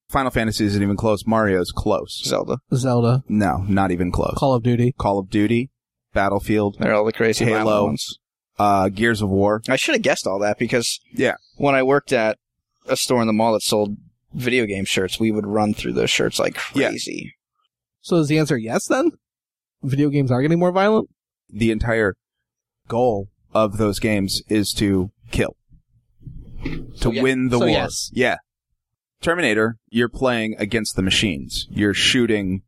Speaker 3: Final Fantasy isn't even close. Mario's close.
Speaker 1: Zelda.
Speaker 2: Zelda,
Speaker 3: No, not even close.
Speaker 2: Call of Duty.
Speaker 3: Call of Duty, Battlefield,
Speaker 1: They're all the crazy
Speaker 3: Halo.
Speaker 1: violent ones.
Speaker 3: uh, Gears of War.
Speaker 1: I should have guessed all that because
Speaker 3: Yeah.
Speaker 1: when I worked at a store in the mall that sold video game shirts, we would run through those shirts like
Speaker 3: Yeah.
Speaker 1: crazy.
Speaker 2: So is the answer yes then? Video games are getting more violent?
Speaker 3: The entire goal of those games is to kill, to
Speaker 1: yeah.
Speaker 3: win the
Speaker 2: So
Speaker 3: war.
Speaker 2: yes.
Speaker 3: Yeah. Terminator, you're playing against the machines. You're shooting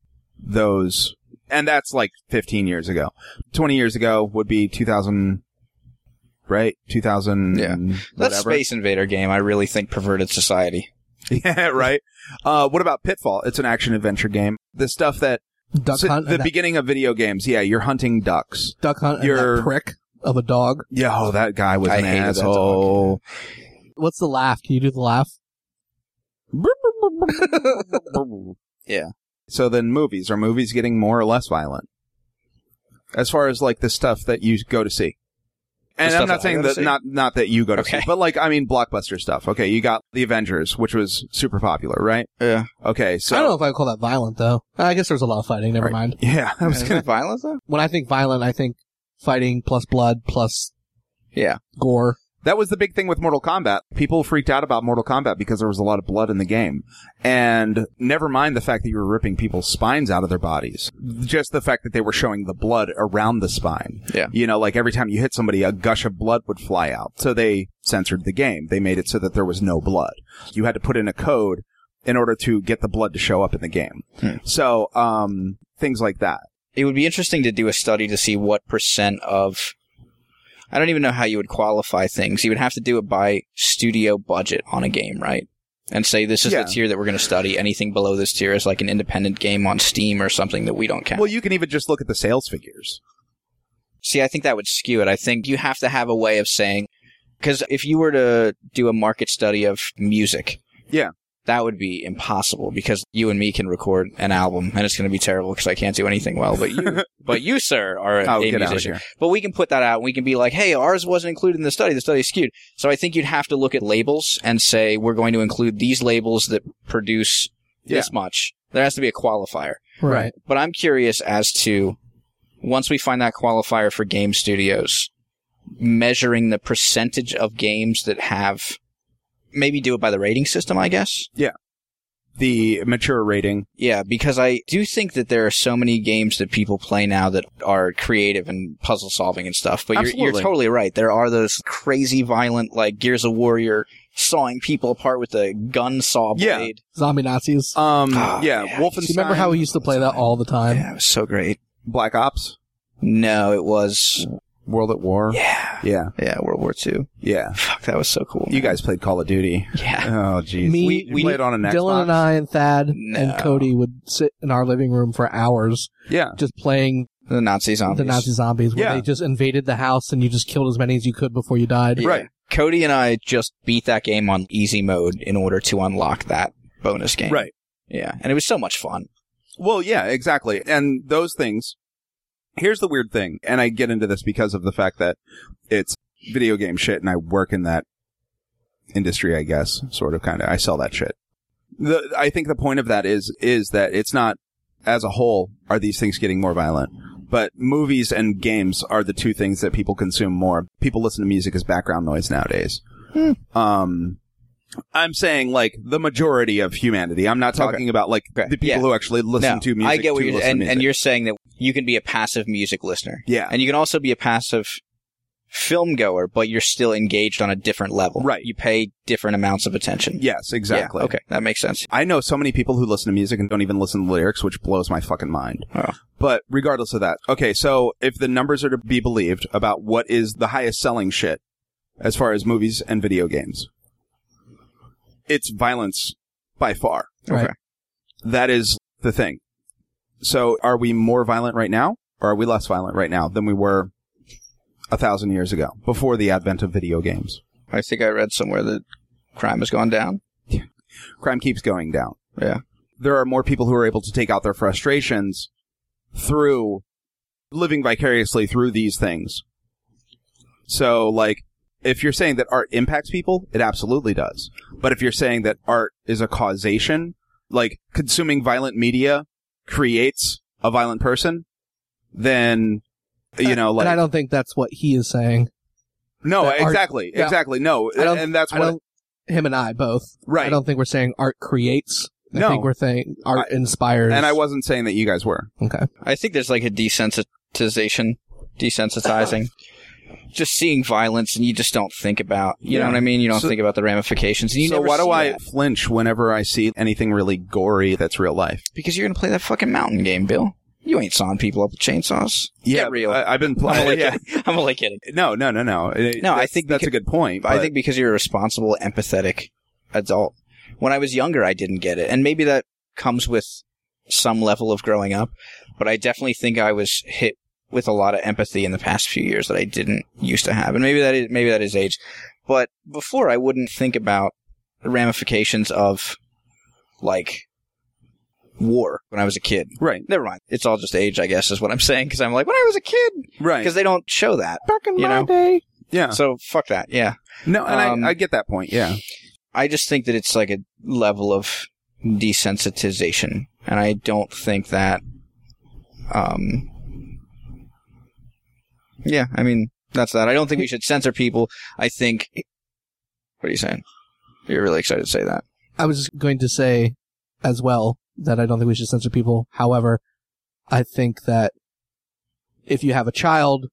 Speaker 3: those, and that's like 15 years ago. 20 years ago would be 2000, right? 2000.
Speaker 1: Yeah. That
Speaker 3: whatever.
Speaker 1: Space Invader game, I really think perverted society.
Speaker 3: Yeah, right. Uh, what about Pitfall? It's an action adventure game. The stuff that
Speaker 2: Duck
Speaker 3: so
Speaker 2: Hunt,
Speaker 3: the
Speaker 2: and that,
Speaker 3: beginning of video games. Yeah, you're hunting ducks.
Speaker 2: Duck Hunt, and
Speaker 3: your-
Speaker 2: that prick of a dog.
Speaker 3: Yeah, oh, that guy was
Speaker 1: I
Speaker 3: an
Speaker 1: hated that
Speaker 3: asshole.
Speaker 2: What's the laugh? Can you do the laugh?
Speaker 3: So then, movies are movies getting more or less violent? As far as like the stuff that you go to see, and
Speaker 1: The
Speaker 3: I'm
Speaker 1: stuff that
Speaker 3: not
Speaker 1: I
Speaker 3: saying
Speaker 1: go to
Speaker 3: that
Speaker 1: see?
Speaker 3: not not that you go to
Speaker 1: Okay.
Speaker 3: see, but like I mean blockbuster stuff. Okay, you got the Avengers, which was super popular, right?
Speaker 1: Yeah.
Speaker 3: Okay, so
Speaker 2: I don't know if I would call that violent though. I guess there's a lot of fighting. Never
Speaker 3: Right.
Speaker 2: mind.
Speaker 3: yeah, I was
Speaker 1: Is
Speaker 3: gonna
Speaker 1: it violent though?
Speaker 2: When I think violent, I think fighting plus blood plus
Speaker 1: Yeah.
Speaker 2: gore.
Speaker 3: That was the big thing with Mortal Kombat. People freaked out about Mortal Kombat because there was a lot of blood in the game. And never mind the fact that you were ripping people's spines out of their bodies. Just the fact that they were showing the blood around the spine.
Speaker 1: Yeah.
Speaker 3: You know, like every time you hit somebody, a gush of blood would fly out. So they censored the game. They made it so that there was no blood. You had to put in a code in order to get the blood to show up in the game.
Speaker 1: Hmm.
Speaker 3: So, um, things like that.
Speaker 1: It would be interesting to do a study to see what percent of I don't even know how you would qualify things. You would have to do it by studio budget on a game, right? And say this is
Speaker 3: Yeah.
Speaker 1: the tier that we're going to study. Anything below this tier is like an independent game on Steam or something that we don't count.
Speaker 3: Well, you can even just look at the sales figures.
Speaker 1: See, I think that would skew it. I think you have to have a way of saying, because if you were to do a market study of music,
Speaker 3: Yeah.
Speaker 1: that would be impossible because you and me can record an album and it's going to be terrible because I can't do anything well. But you, but you, sir, are a,
Speaker 3: Oh,
Speaker 1: a
Speaker 3: get out of
Speaker 1: musician.
Speaker 3: here.
Speaker 1: But we can put that out. and We can be like, hey, ours wasn't included in the study. The study skewed. So I think you'd have to look at labels and say we're going to include these labels that produce this much. There has to be a qualifier.
Speaker 2: Right.
Speaker 1: But I'm curious as to once we find that qualifier for game studios, measuring the percentage of games that have maybe do it by the rating system, I guess.
Speaker 3: The mature rating.
Speaker 1: Yeah, because I do think that there are so many games that people play now that are creative and puzzle solving and stuff. But you're, you're
Speaker 3: Absolutely.
Speaker 1: totally right. There are those crazy violent, like Gears of Warrior, sawing people apart with a gun saw
Speaker 3: Yeah.
Speaker 1: blade.
Speaker 2: Zombie Nazis.
Speaker 3: Um,
Speaker 1: Oh,
Speaker 3: yeah,
Speaker 1: yeah.
Speaker 3: Wolfenstein.
Speaker 2: Ah, Do you remember how we used to play that all the time?
Speaker 1: Yeah, it was so great.
Speaker 3: Black Ops,
Speaker 1: No, it was.
Speaker 3: World at War.
Speaker 1: Yeah.
Speaker 3: Yeah,
Speaker 1: Yeah, World War II.
Speaker 3: yeah.
Speaker 1: Fuck, that was so cool.
Speaker 3: You guys played Call of Duty.
Speaker 1: Yeah.
Speaker 3: Oh, jeez.
Speaker 2: Me,
Speaker 3: we,
Speaker 2: we-
Speaker 3: played on an
Speaker 2: Dylan
Speaker 3: Xbox.
Speaker 2: and I and Thad
Speaker 1: No.
Speaker 2: and Cody would sit in our living room for hours
Speaker 3: Yeah,
Speaker 2: just playing
Speaker 1: The Nazi zombies.
Speaker 2: the Nazi zombies where
Speaker 3: Yeah.
Speaker 2: they just invaded the house and you just killed as many as you could before you died.
Speaker 1: Yeah.
Speaker 3: right,
Speaker 1: Cody and I just beat that game on easy mode in order to unlock that bonus game.
Speaker 3: right.
Speaker 1: Yeah. And it was so much fun.
Speaker 3: Well, yeah, exactly. And those things. Here's the weird thing, and I get into this because of the fact that it's video game shit, and I work in that industry, I guess, sort of, kind of. I sell that shit. the I think the point of that is is that it's not as a whole are these things getting more violent, but movies and games are the two things that people consume more. People listen to music as background noise nowadays.
Speaker 1: Hmm.
Speaker 3: Um, I'm saying like the majority of humanity. I'm not talking about like
Speaker 1: Okay.
Speaker 3: the people
Speaker 1: Yeah.
Speaker 3: who actually listen
Speaker 1: No,
Speaker 3: to music.
Speaker 1: I get what
Speaker 3: to
Speaker 1: you're
Speaker 3: listen to
Speaker 1: and, and
Speaker 3: music.
Speaker 1: you're saying that you can be a passive music listener.
Speaker 3: yeah.
Speaker 1: And you can also be a passive film goer, but you're still engaged on a different level.
Speaker 3: Right.
Speaker 1: You pay different amounts of attention.
Speaker 3: yes,
Speaker 1: Yeah,
Speaker 3: exactly.
Speaker 1: okay. That makes sense.
Speaker 3: I know so many people who listen to music and don't even listen to lyrics, which blows my fucking mind.
Speaker 1: Oh.
Speaker 3: But regardless of that, okay, so if the numbers are to be believed about what is the highest selling shit as far as movies and video games, it's violence by far.
Speaker 2: Right.
Speaker 1: Okay.
Speaker 3: That is the thing. So are we more violent right now or are we less violent right now than we were a thousand years ago before the advent of video games?
Speaker 1: I think I read somewhere that crime has gone down.
Speaker 3: crime keeps going down.
Speaker 1: Yeah.
Speaker 3: There are more people who are able to take out their frustrations through living vicariously through these things. So, like, if you're saying that art impacts people, it absolutely does. But if you're saying that art is a causation, like consuming violent media creates a violent person, then, you know,
Speaker 2: Uh, and I
Speaker 3: like,
Speaker 2: don't think that's what he is saying.
Speaker 3: no,
Speaker 2: that art-
Speaker 3: exactly,
Speaker 2: Yeah.
Speaker 3: exactly, no,
Speaker 2: I don't-
Speaker 3: and that's
Speaker 2: I
Speaker 3: what,
Speaker 2: don't. Him and I both.
Speaker 3: right.
Speaker 2: I don't think we're saying art creates. I
Speaker 3: No.
Speaker 2: think we're saying art inspires.
Speaker 3: and I wasn't saying that you guys were.
Speaker 2: Okay.
Speaker 1: I think there's like a desensitization, desensitizing. just seeing violence and you just don't think about, you know
Speaker 3: Yeah.
Speaker 1: what I mean? You don't
Speaker 3: So-
Speaker 1: think about the ramifications. And you
Speaker 3: so
Speaker 1: never
Speaker 3: why do
Speaker 1: see
Speaker 3: I
Speaker 1: that.
Speaker 3: flinch whenever I see anything really gory that's real life?
Speaker 1: Because you're going to play that fucking mountain game, Bill. You ain't sawing people up with chainsaws. Get real.
Speaker 3: I, have been
Speaker 1: I'm
Speaker 3: playing.
Speaker 1: only
Speaker 3: yeah.
Speaker 1: kidding. I'm only kidding.
Speaker 3: No, no, no, no. It-
Speaker 1: No, I
Speaker 3: that's-
Speaker 1: think
Speaker 3: that's
Speaker 1: beca-
Speaker 3: a good point.
Speaker 1: I
Speaker 3: but-
Speaker 1: think because you're a responsible, empathetic adult. When I was younger, I didn't get it. And maybe that comes with some level of growing up, but I definitely think I was hit with a lot of empathy in the past few years that I didn't used to have. And maybe that is, maybe that is age. But before, I wouldn't think about the ramifications of like war when I was a kid.
Speaker 3: right,
Speaker 1: Never mind. It's all just age, I guess, is what I'm saying. Cause I'm like, when I was a kid,
Speaker 3: right.
Speaker 1: because they don't show that.
Speaker 2: Back in
Speaker 1: You
Speaker 2: my
Speaker 1: know?
Speaker 2: day.
Speaker 3: Yeah,
Speaker 1: So fuck that. Yeah.
Speaker 3: no, and
Speaker 1: um,
Speaker 3: I, I get that point. Yeah,
Speaker 1: I just think that it's like a level of desensitization, and I don't think that. Um, yeah, I mean that's that. I don't think we should censor people. I think. What are you saying? You're really excited to say that.
Speaker 2: I was going to say as well that I don't think we should censor people. However, I think that if you have a child,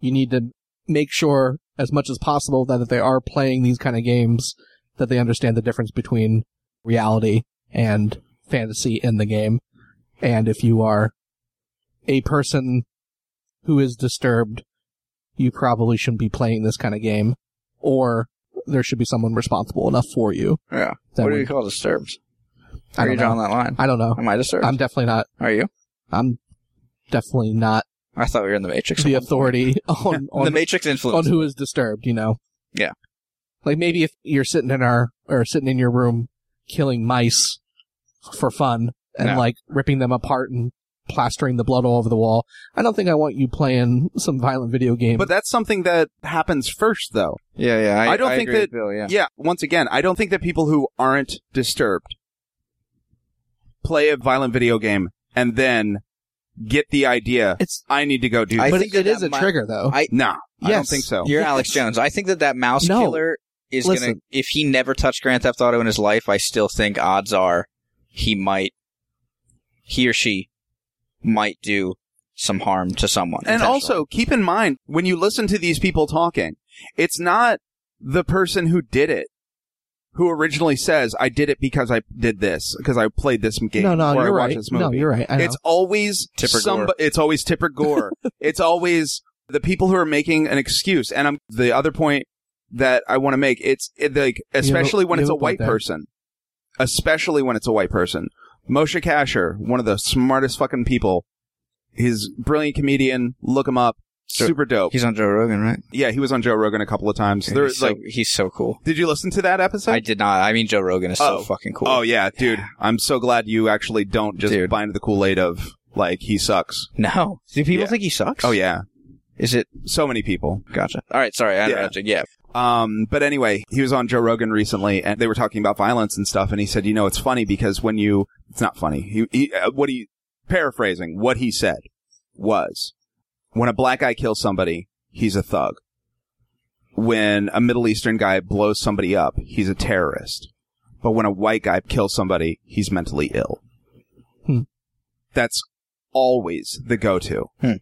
Speaker 2: you need to make sure as much as possible that if they are playing these kind of games, that they understand the difference between reality and fantasy in the game. And if you are a person who is disturbed, you probably shouldn't be playing this kind of game, or there should be someone responsible enough for you.
Speaker 1: Yeah.
Speaker 2: that
Speaker 1: what do
Speaker 2: would-
Speaker 1: you call disturbed?
Speaker 2: I
Speaker 1: Are you
Speaker 2: don't know.
Speaker 1: drawing that line?
Speaker 2: I don't know.
Speaker 1: Am I disturbed?
Speaker 2: I'm definitely not.
Speaker 1: are you?
Speaker 2: I'm definitely not
Speaker 1: I thought we were in the Matrix.
Speaker 2: the authority on
Speaker 1: the
Speaker 2: on,
Speaker 1: Matrix
Speaker 2: on
Speaker 1: influence.
Speaker 2: who is disturbed. You know.
Speaker 1: Yeah.
Speaker 2: Like maybe if you're sitting in our or sitting in your room killing mice for fun and
Speaker 1: No.
Speaker 2: like ripping them apart and plastering the blood all over the wall. I don't think I want you playing some violent video game.
Speaker 3: but that's something that happens first, though.
Speaker 1: yeah, yeah. I,
Speaker 3: I don't think
Speaker 1: agree
Speaker 3: that-
Speaker 1: with Bill, yeah.
Speaker 3: Yeah. Once again, I don't think that people who aren't disturbed play a violent video game and then get the idea.
Speaker 2: it's
Speaker 3: I need to go do.
Speaker 1: I
Speaker 3: this.
Speaker 2: but
Speaker 1: think
Speaker 2: it
Speaker 1: that
Speaker 2: is
Speaker 1: that
Speaker 2: a
Speaker 1: might-
Speaker 2: trigger though.
Speaker 1: I-
Speaker 3: no, I don't
Speaker 2: Yes.
Speaker 3: think so.
Speaker 1: You're
Speaker 2: Yes.
Speaker 1: Alex Jones. I think that that mouse
Speaker 2: No.
Speaker 1: killer is gonna.
Speaker 2: Listen.
Speaker 1: If he never touched Grand Theft Auto in his life, I still think odds are he might, he or she, might do some harm to someone.
Speaker 3: And
Speaker 1: intentionally.
Speaker 3: also keep in mind when you listen to these people talking, it's not the person who did it who originally says, I did it because I did this, because I played this game
Speaker 2: no, no,
Speaker 3: or I
Speaker 2: you're
Speaker 3: watched
Speaker 2: right.
Speaker 3: this movie.
Speaker 2: No, you're right. I know.
Speaker 3: It's always
Speaker 1: Tipper
Speaker 3: somebo-
Speaker 1: Gore.
Speaker 3: It's always Tipper Gore. it's always the people who are making an excuse. And I'm the other point that I want to make. It's it, like especially when
Speaker 2: you
Speaker 3: it's
Speaker 2: have a
Speaker 3: a
Speaker 2: point
Speaker 3: white
Speaker 2: there.
Speaker 3: person, especially when it's a white person. Moshe Kasher, one of the smartest fucking people. He's a brilliant comedian. Look him up.
Speaker 1: So-
Speaker 3: Super dope.
Speaker 1: he's on Joe Rogan, right?
Speaker 3: Yeah, he was on Joe Rogan a couple of times. There's
Speaker 1: he's,
Speaker 3: like,
Speaker 1: so, he's so cool.
Speaker 3: did you listen to that episode?
Speaker 1: I did not. I mean, Joe Rogan is so
Speaker 3: Oh.
Speaker 1: fucking cool.
Speaker 3: Oh yeah, dude. I'm so glad you actually don't just
Speaker 1: Dude.
Speaker 3: buy into the Kool Aid of like he sucks.
Speaker 1: No, do people
Speaker 3: Yeah.
Speaker 1: think he sucks?
Speaker 3: Oh yeah,
Speaker 1: Is it?
Speaker 3: so many people.
Speaker 1: Gotcha. All right. Sorry, I
Speaker 3: Yeah.
Speaker 1: interrupted. Yeah.
Speaker 3: Um, but anyway, he was on Joe Rogan recently, and they were talking about violence and stuff. And he said, you know, it's funny because when you, it's not funny. He, he uh, what he paraphrasing what he said was, when a black guy kills somebody, he's a thug. When a Middle Eastern guy blows somebody up, he's a terrorist. But when a white guy kills somebody, he's mentally ill.
Speaker 2: Hmm.
Speaker 3: That's always the go-to.
Speaker 1: Hmm.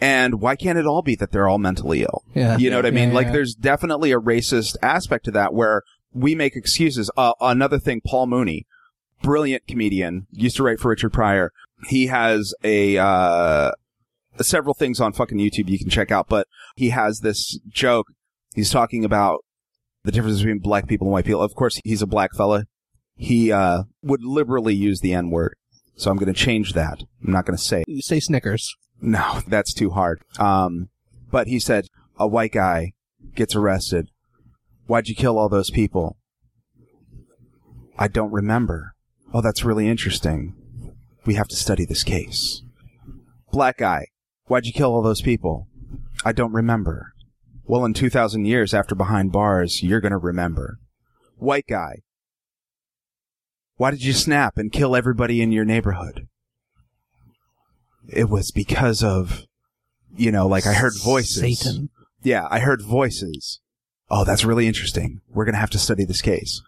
Speaker 3: And why can't it all be that they're all mentally ill?
Speaker 2: Yeah.
Speaker 3: You know what I mean?
Speaker 2: Yeah,
Speaker 3: like,
Speaker 2: yeah.
Speaker 3: there's definitely a racist aspect to that where we make excuses. Uh, another thing, Paul Mooney, brilliant comedian, used to write for Richard Pryor. He has a, uh, several things on fucking YouTube you can check out, but he has this joke. He's talking about the difference between black people and white people. Of course, he's a black fella. He, uh, would liberally use the N word. So I'm going to change that. I'm not going to say it.
Speaker 2: You say Snickers.
Speaker 3: No, that's too hard. Um, but he said a white guy gets arrested. Why'd you kill all those people? I don't remember. Oh, that's really interesting. We have to study this case. Black guy, why'd you kill all those people? I don't remember. Well, in 2,000 years after behind bars, you're going to remember. White guy, why did you snap and kill everybody in your neighborhood? It was because of, you know, like I heard voices.
Speaker 2: Satan.
Speaker 3: Yeah, I heard voices. Oh, that's really interesting. We're going to have to study this case.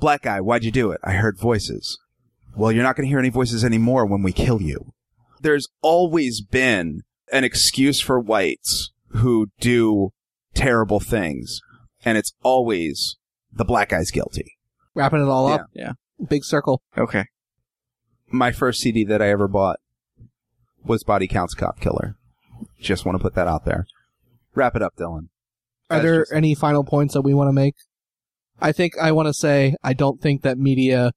Speaker 3: Black guy, why'd you do it? I heard voices. Well, you're not going to hear any voices anymore when we kill you. There's always been an excuse for whites who do terrible things, and it's always the black guy's guilty.
Speaker 2: Wrapping it all up.
Speaker 1: Yeah,
Speaker 2: Big circle.
Speaker 1: Okay.
Speaker 3: My first CD that I ever bought was Body Counts Cop Killer. Just want to put that out there. Wrap it up, Dylan.
Speaker 2: Are
Speaker 3: That's
Speaker 2: there
Speaker 3: just-
Speaker 2: any final points that we want to make? I think I want to say I don't think that media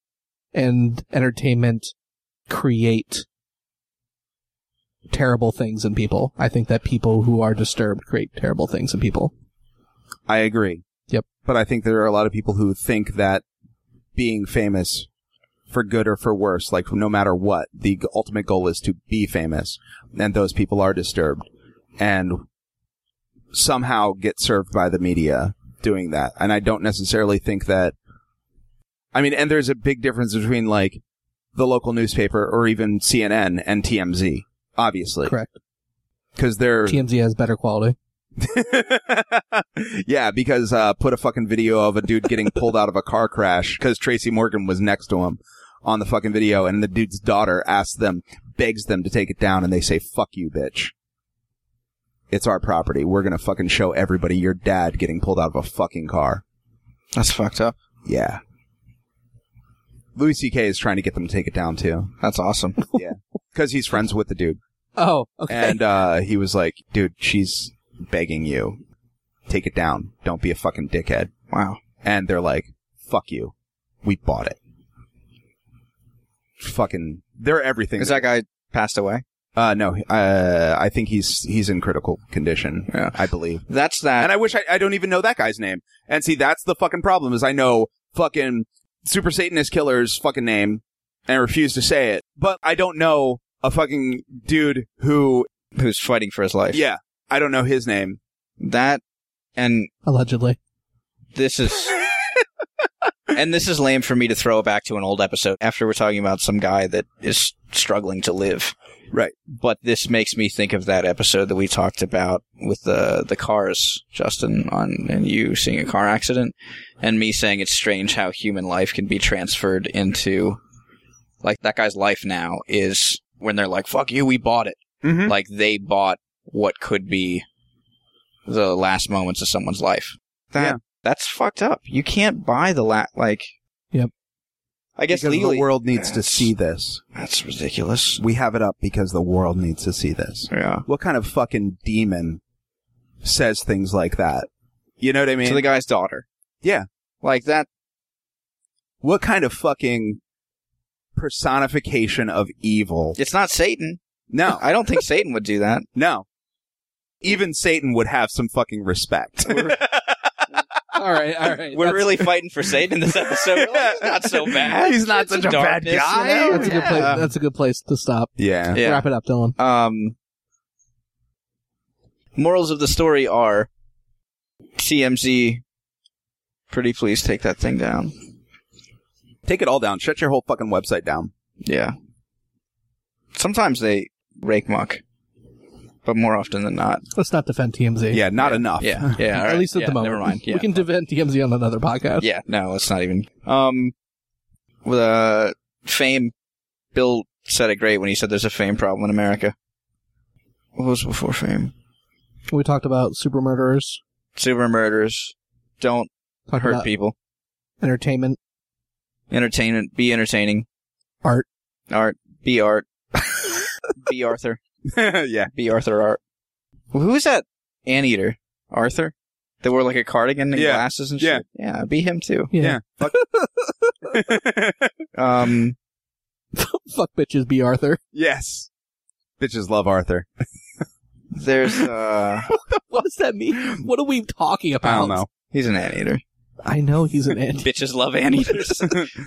Speaker 2: and entertainment create terrible things in people. I think that people who are disturbed create terrible things in people.
Speaker 3: I agree.
Speaker 2: Yep.
Speaker 3: But I think there are a lot of people who think that being famous for good or for worse, like no matter what, the g- ultimate goal is to be famous. And those people are disturbed and somehow get served by the media doing that. And I don't necessarily think that. I mean, and there's a big difference between like the local newspaper or even CNN and TMZ, obviously.
Speaker 2: Correct.
Speaker 3: Because they're.
Speaker 2: TMZ has better quality.
Speaker 3: yeah, because uh, put a fucking video of a dude getting pulled out of a car crash because Tracy Morgan was next to him on the fucking video, and the dude's daughter asks them, begs them to take it down, and they say, "Fuck you, bitch." It's our property. We're gonna fucking show everybody your dad getting pulled out of a fucking car.
Speaker 1: That's fucked up.
Speaker 3: Yeah. Louis C.K. is trying to get them to take it down too,
Speaker 1: That's awesome.
Speaker 3: because he's friends with the dude,
Speaker 2: Oh, okay.
Speaker 3: and uh, he was like, "Dude, she's begging you, take it down. Don't be a fucking dickhead."
Speaker 1: Wow.
Speaker 3: and they're like, "Fuck you, we bought it." Fucking, they're everything.
Speaker 1: Is that guy passed away?
Speaker 3: Uh, no, uh, I think he's he's in critical condition.
Speaker 1: Yeah.
Speaker 3: I believe.
Speaker 1: That's that.
Speaker 3: And I wish I, I don't even know that guy's name. And see, that's the fucking problem is I know fucking super satanist killer's fucking name and refuse to say it, but I don't know a fucking dude who,
Speaker 1: who's fighting for his life.
Speaker 3: yeah, I don't know his name.
Speaker 1: That and
Speaker 2: Allegedly.
Speaker 1: this is and this is lame for me to throw back to an old episode after we're talking about some guy that is struggling to live.
Speaker 3: Right.
Speaker 1: But this makes me think of that episode that we talked about with the the cars, Justin, on and you seeing a car accident and me saying it's strange how human life can be transferred into like that guy's life now is when they're like, Fuck you, we bought it.
Speaker 3: Mm-hmm.
Speaker 1: Like they bought what could be the last moments of someone's life. That
Speaker 3: Yeah.
Speaker 1: that's fucked up. You can't buy the la- like.
Speaker 2: Yep.
Speaker 1: I guess
Speaker 3: because
Speaker 1: legally,
Speaker 3: the world needs to see this.
Speaker 1: that's ridiculous.
Speaker 3: We have it up because the world needs to see this.
Speaker 1: Yeah.
Speaker 3: What kind of fucking demon says things like that? You know what I mean?
Speaker 1: To the guy's daughter.
Speaker 3: Yeah.
Speaker 1: Like that.
Speaker 3: what kind of fucking personification of evil?
Speaker 1: It's not Satan.
Speaker 3: No,
Speaker 1: I don't think Satan would do that.
Speaker 3: no. Even Satan would have some fucking respect.
Speaker 2: all right, all right.
Speaker 1: We're really fighting for Satan in this episode. We're like, "He's not so bad.
Speaker 3: He's not
Speaker 1: It's
Speaker 3: such
Speaker 1: a
Speaker 3: a bad
Speaker 1: darkness, you
Speaker 3: guy. Uh,
Speaker 1: know?
Speaker 2: that's a good place.
Speaker 1: Yeah.
Speaker 2: That's a good place to stop.
Speaker 3: Yeah.
Speaker 1: Yeah.
Speaker 2: Wrap it up, Dylan.
Speaker 1: Um, morals of the story are TMZ, pretty please take that thing down.
Speaker 3: Take it all down. Shut your whole fucking website down.
Speaker 1: Yeah. Sometimes they rake muck, but more often than not.
Speaker 2: Let's not defend TMZ.
Speaker 3: Yeah, not enough.
Speaker 1: Yeah. Yeah. all
Speaker 2: At
Speaker 1: right.
Speaker 2: least at
Speaker 1: Yeah,
Speaker 2: the moment.
Speaker 1: Never mind. Yeah.
Speaker 2: We can defend TMZ on another podcast.
Speaker 1: yeah. No, let's not even. Um, with uh, fame, Bill said it great when he said there's a fame problem in America. What was before fame?
Speaker 2: We talked about super murderers.
Speaker 1: Super murders. Don't
Speaker 2: Talked
Speaker 1: hurt
Speaker 2: about
Speaker 1: people.
Speaker 2: Entertainment.
Speaker 1: Entertainment. Be entertaining.
Speaker 2: Art.
Speaker 1: Art. Be art. be Arthur.
Speaker 3: yeah.
Speaker 1: Be Arthur Art. Who is that anteater? Arthur? That wore like a cardigan and
Speaker 3: Yeah.
Speaker 1: glasses and
Speaker 3: Yeah.
Speaker 1: shit? Yeah, be him too.
Speaker 2: Yeah.
Speaker 3: Yeah.
Speaker 1: Um,
Speaker 2: Fuck bitches, be Arthur.
Speaker 3: yes. Bitches love Arthur.
Speaker 1: there's, uh,
Speaker 2: What does that mean? What are we talking about?
Speaker 3: I don't know.
Speaker 1: he's an anteater.
Speaker 2: I know he's an ant.
Speaker 1: Bitches love anteaters.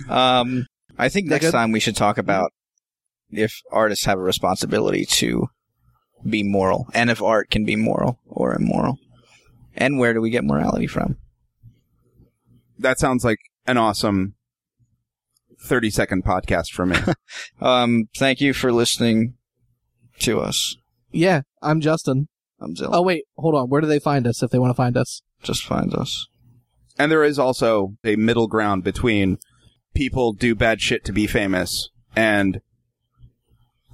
Speaker 1: um, I think next
Speaker 2: good?
Speaker 1: time we should talk about if artists have a responsibility to be moral and if art can be moral or immoral. And where do we get morality from?
Speaker 3: That sounds like an awesome 30 second podcast for me.
Speaker 1: Um, thank you for listening to us.
Speaker 2: yeah, I'm Justin.
Speaker 1: I'm Zilla.
Speaker 2: Oh wait, hold on. Where do they find us if they want to find us?
Speaker 3: Oh.
Speaker 1: Just find us.
Speaker 3: and there is also a middle ground between people do bad shit to be famous and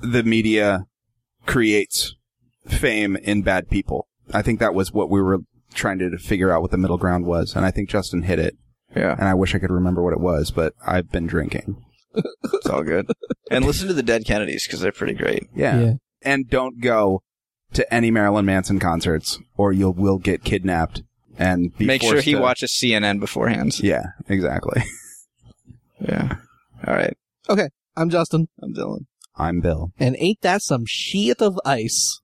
Speaker 3: the media creates fame in bad people. I think that was what we were trying to figure out what the middle ground was. And I think Justin hit it.
Speaker 1: Yeah.
Speaker 3: And I wish I could remember what it was, but I've been drinking.
Speaker 1: It's all good. and listen to the Dead Kennedys because they're pretty great.
Speaker 3: Yeah. And don't go to any Marilyn Manson concerts or you will get kidnapped and be
Speaker 1: Make sure
Speaker 3: forced
Speaker 1: he
Speaker 3: to-
Speaker 1: watches CNN beforehand.
Speaker 3: Yeah, exactly.
Speaker 1: Yeah. All right.
Speaker 2: I'm Justin.
Speaker 1: I'm Dylan.
Speaker 3: I'm Bill.
Speaker 2: And ain't that some sheet of ice?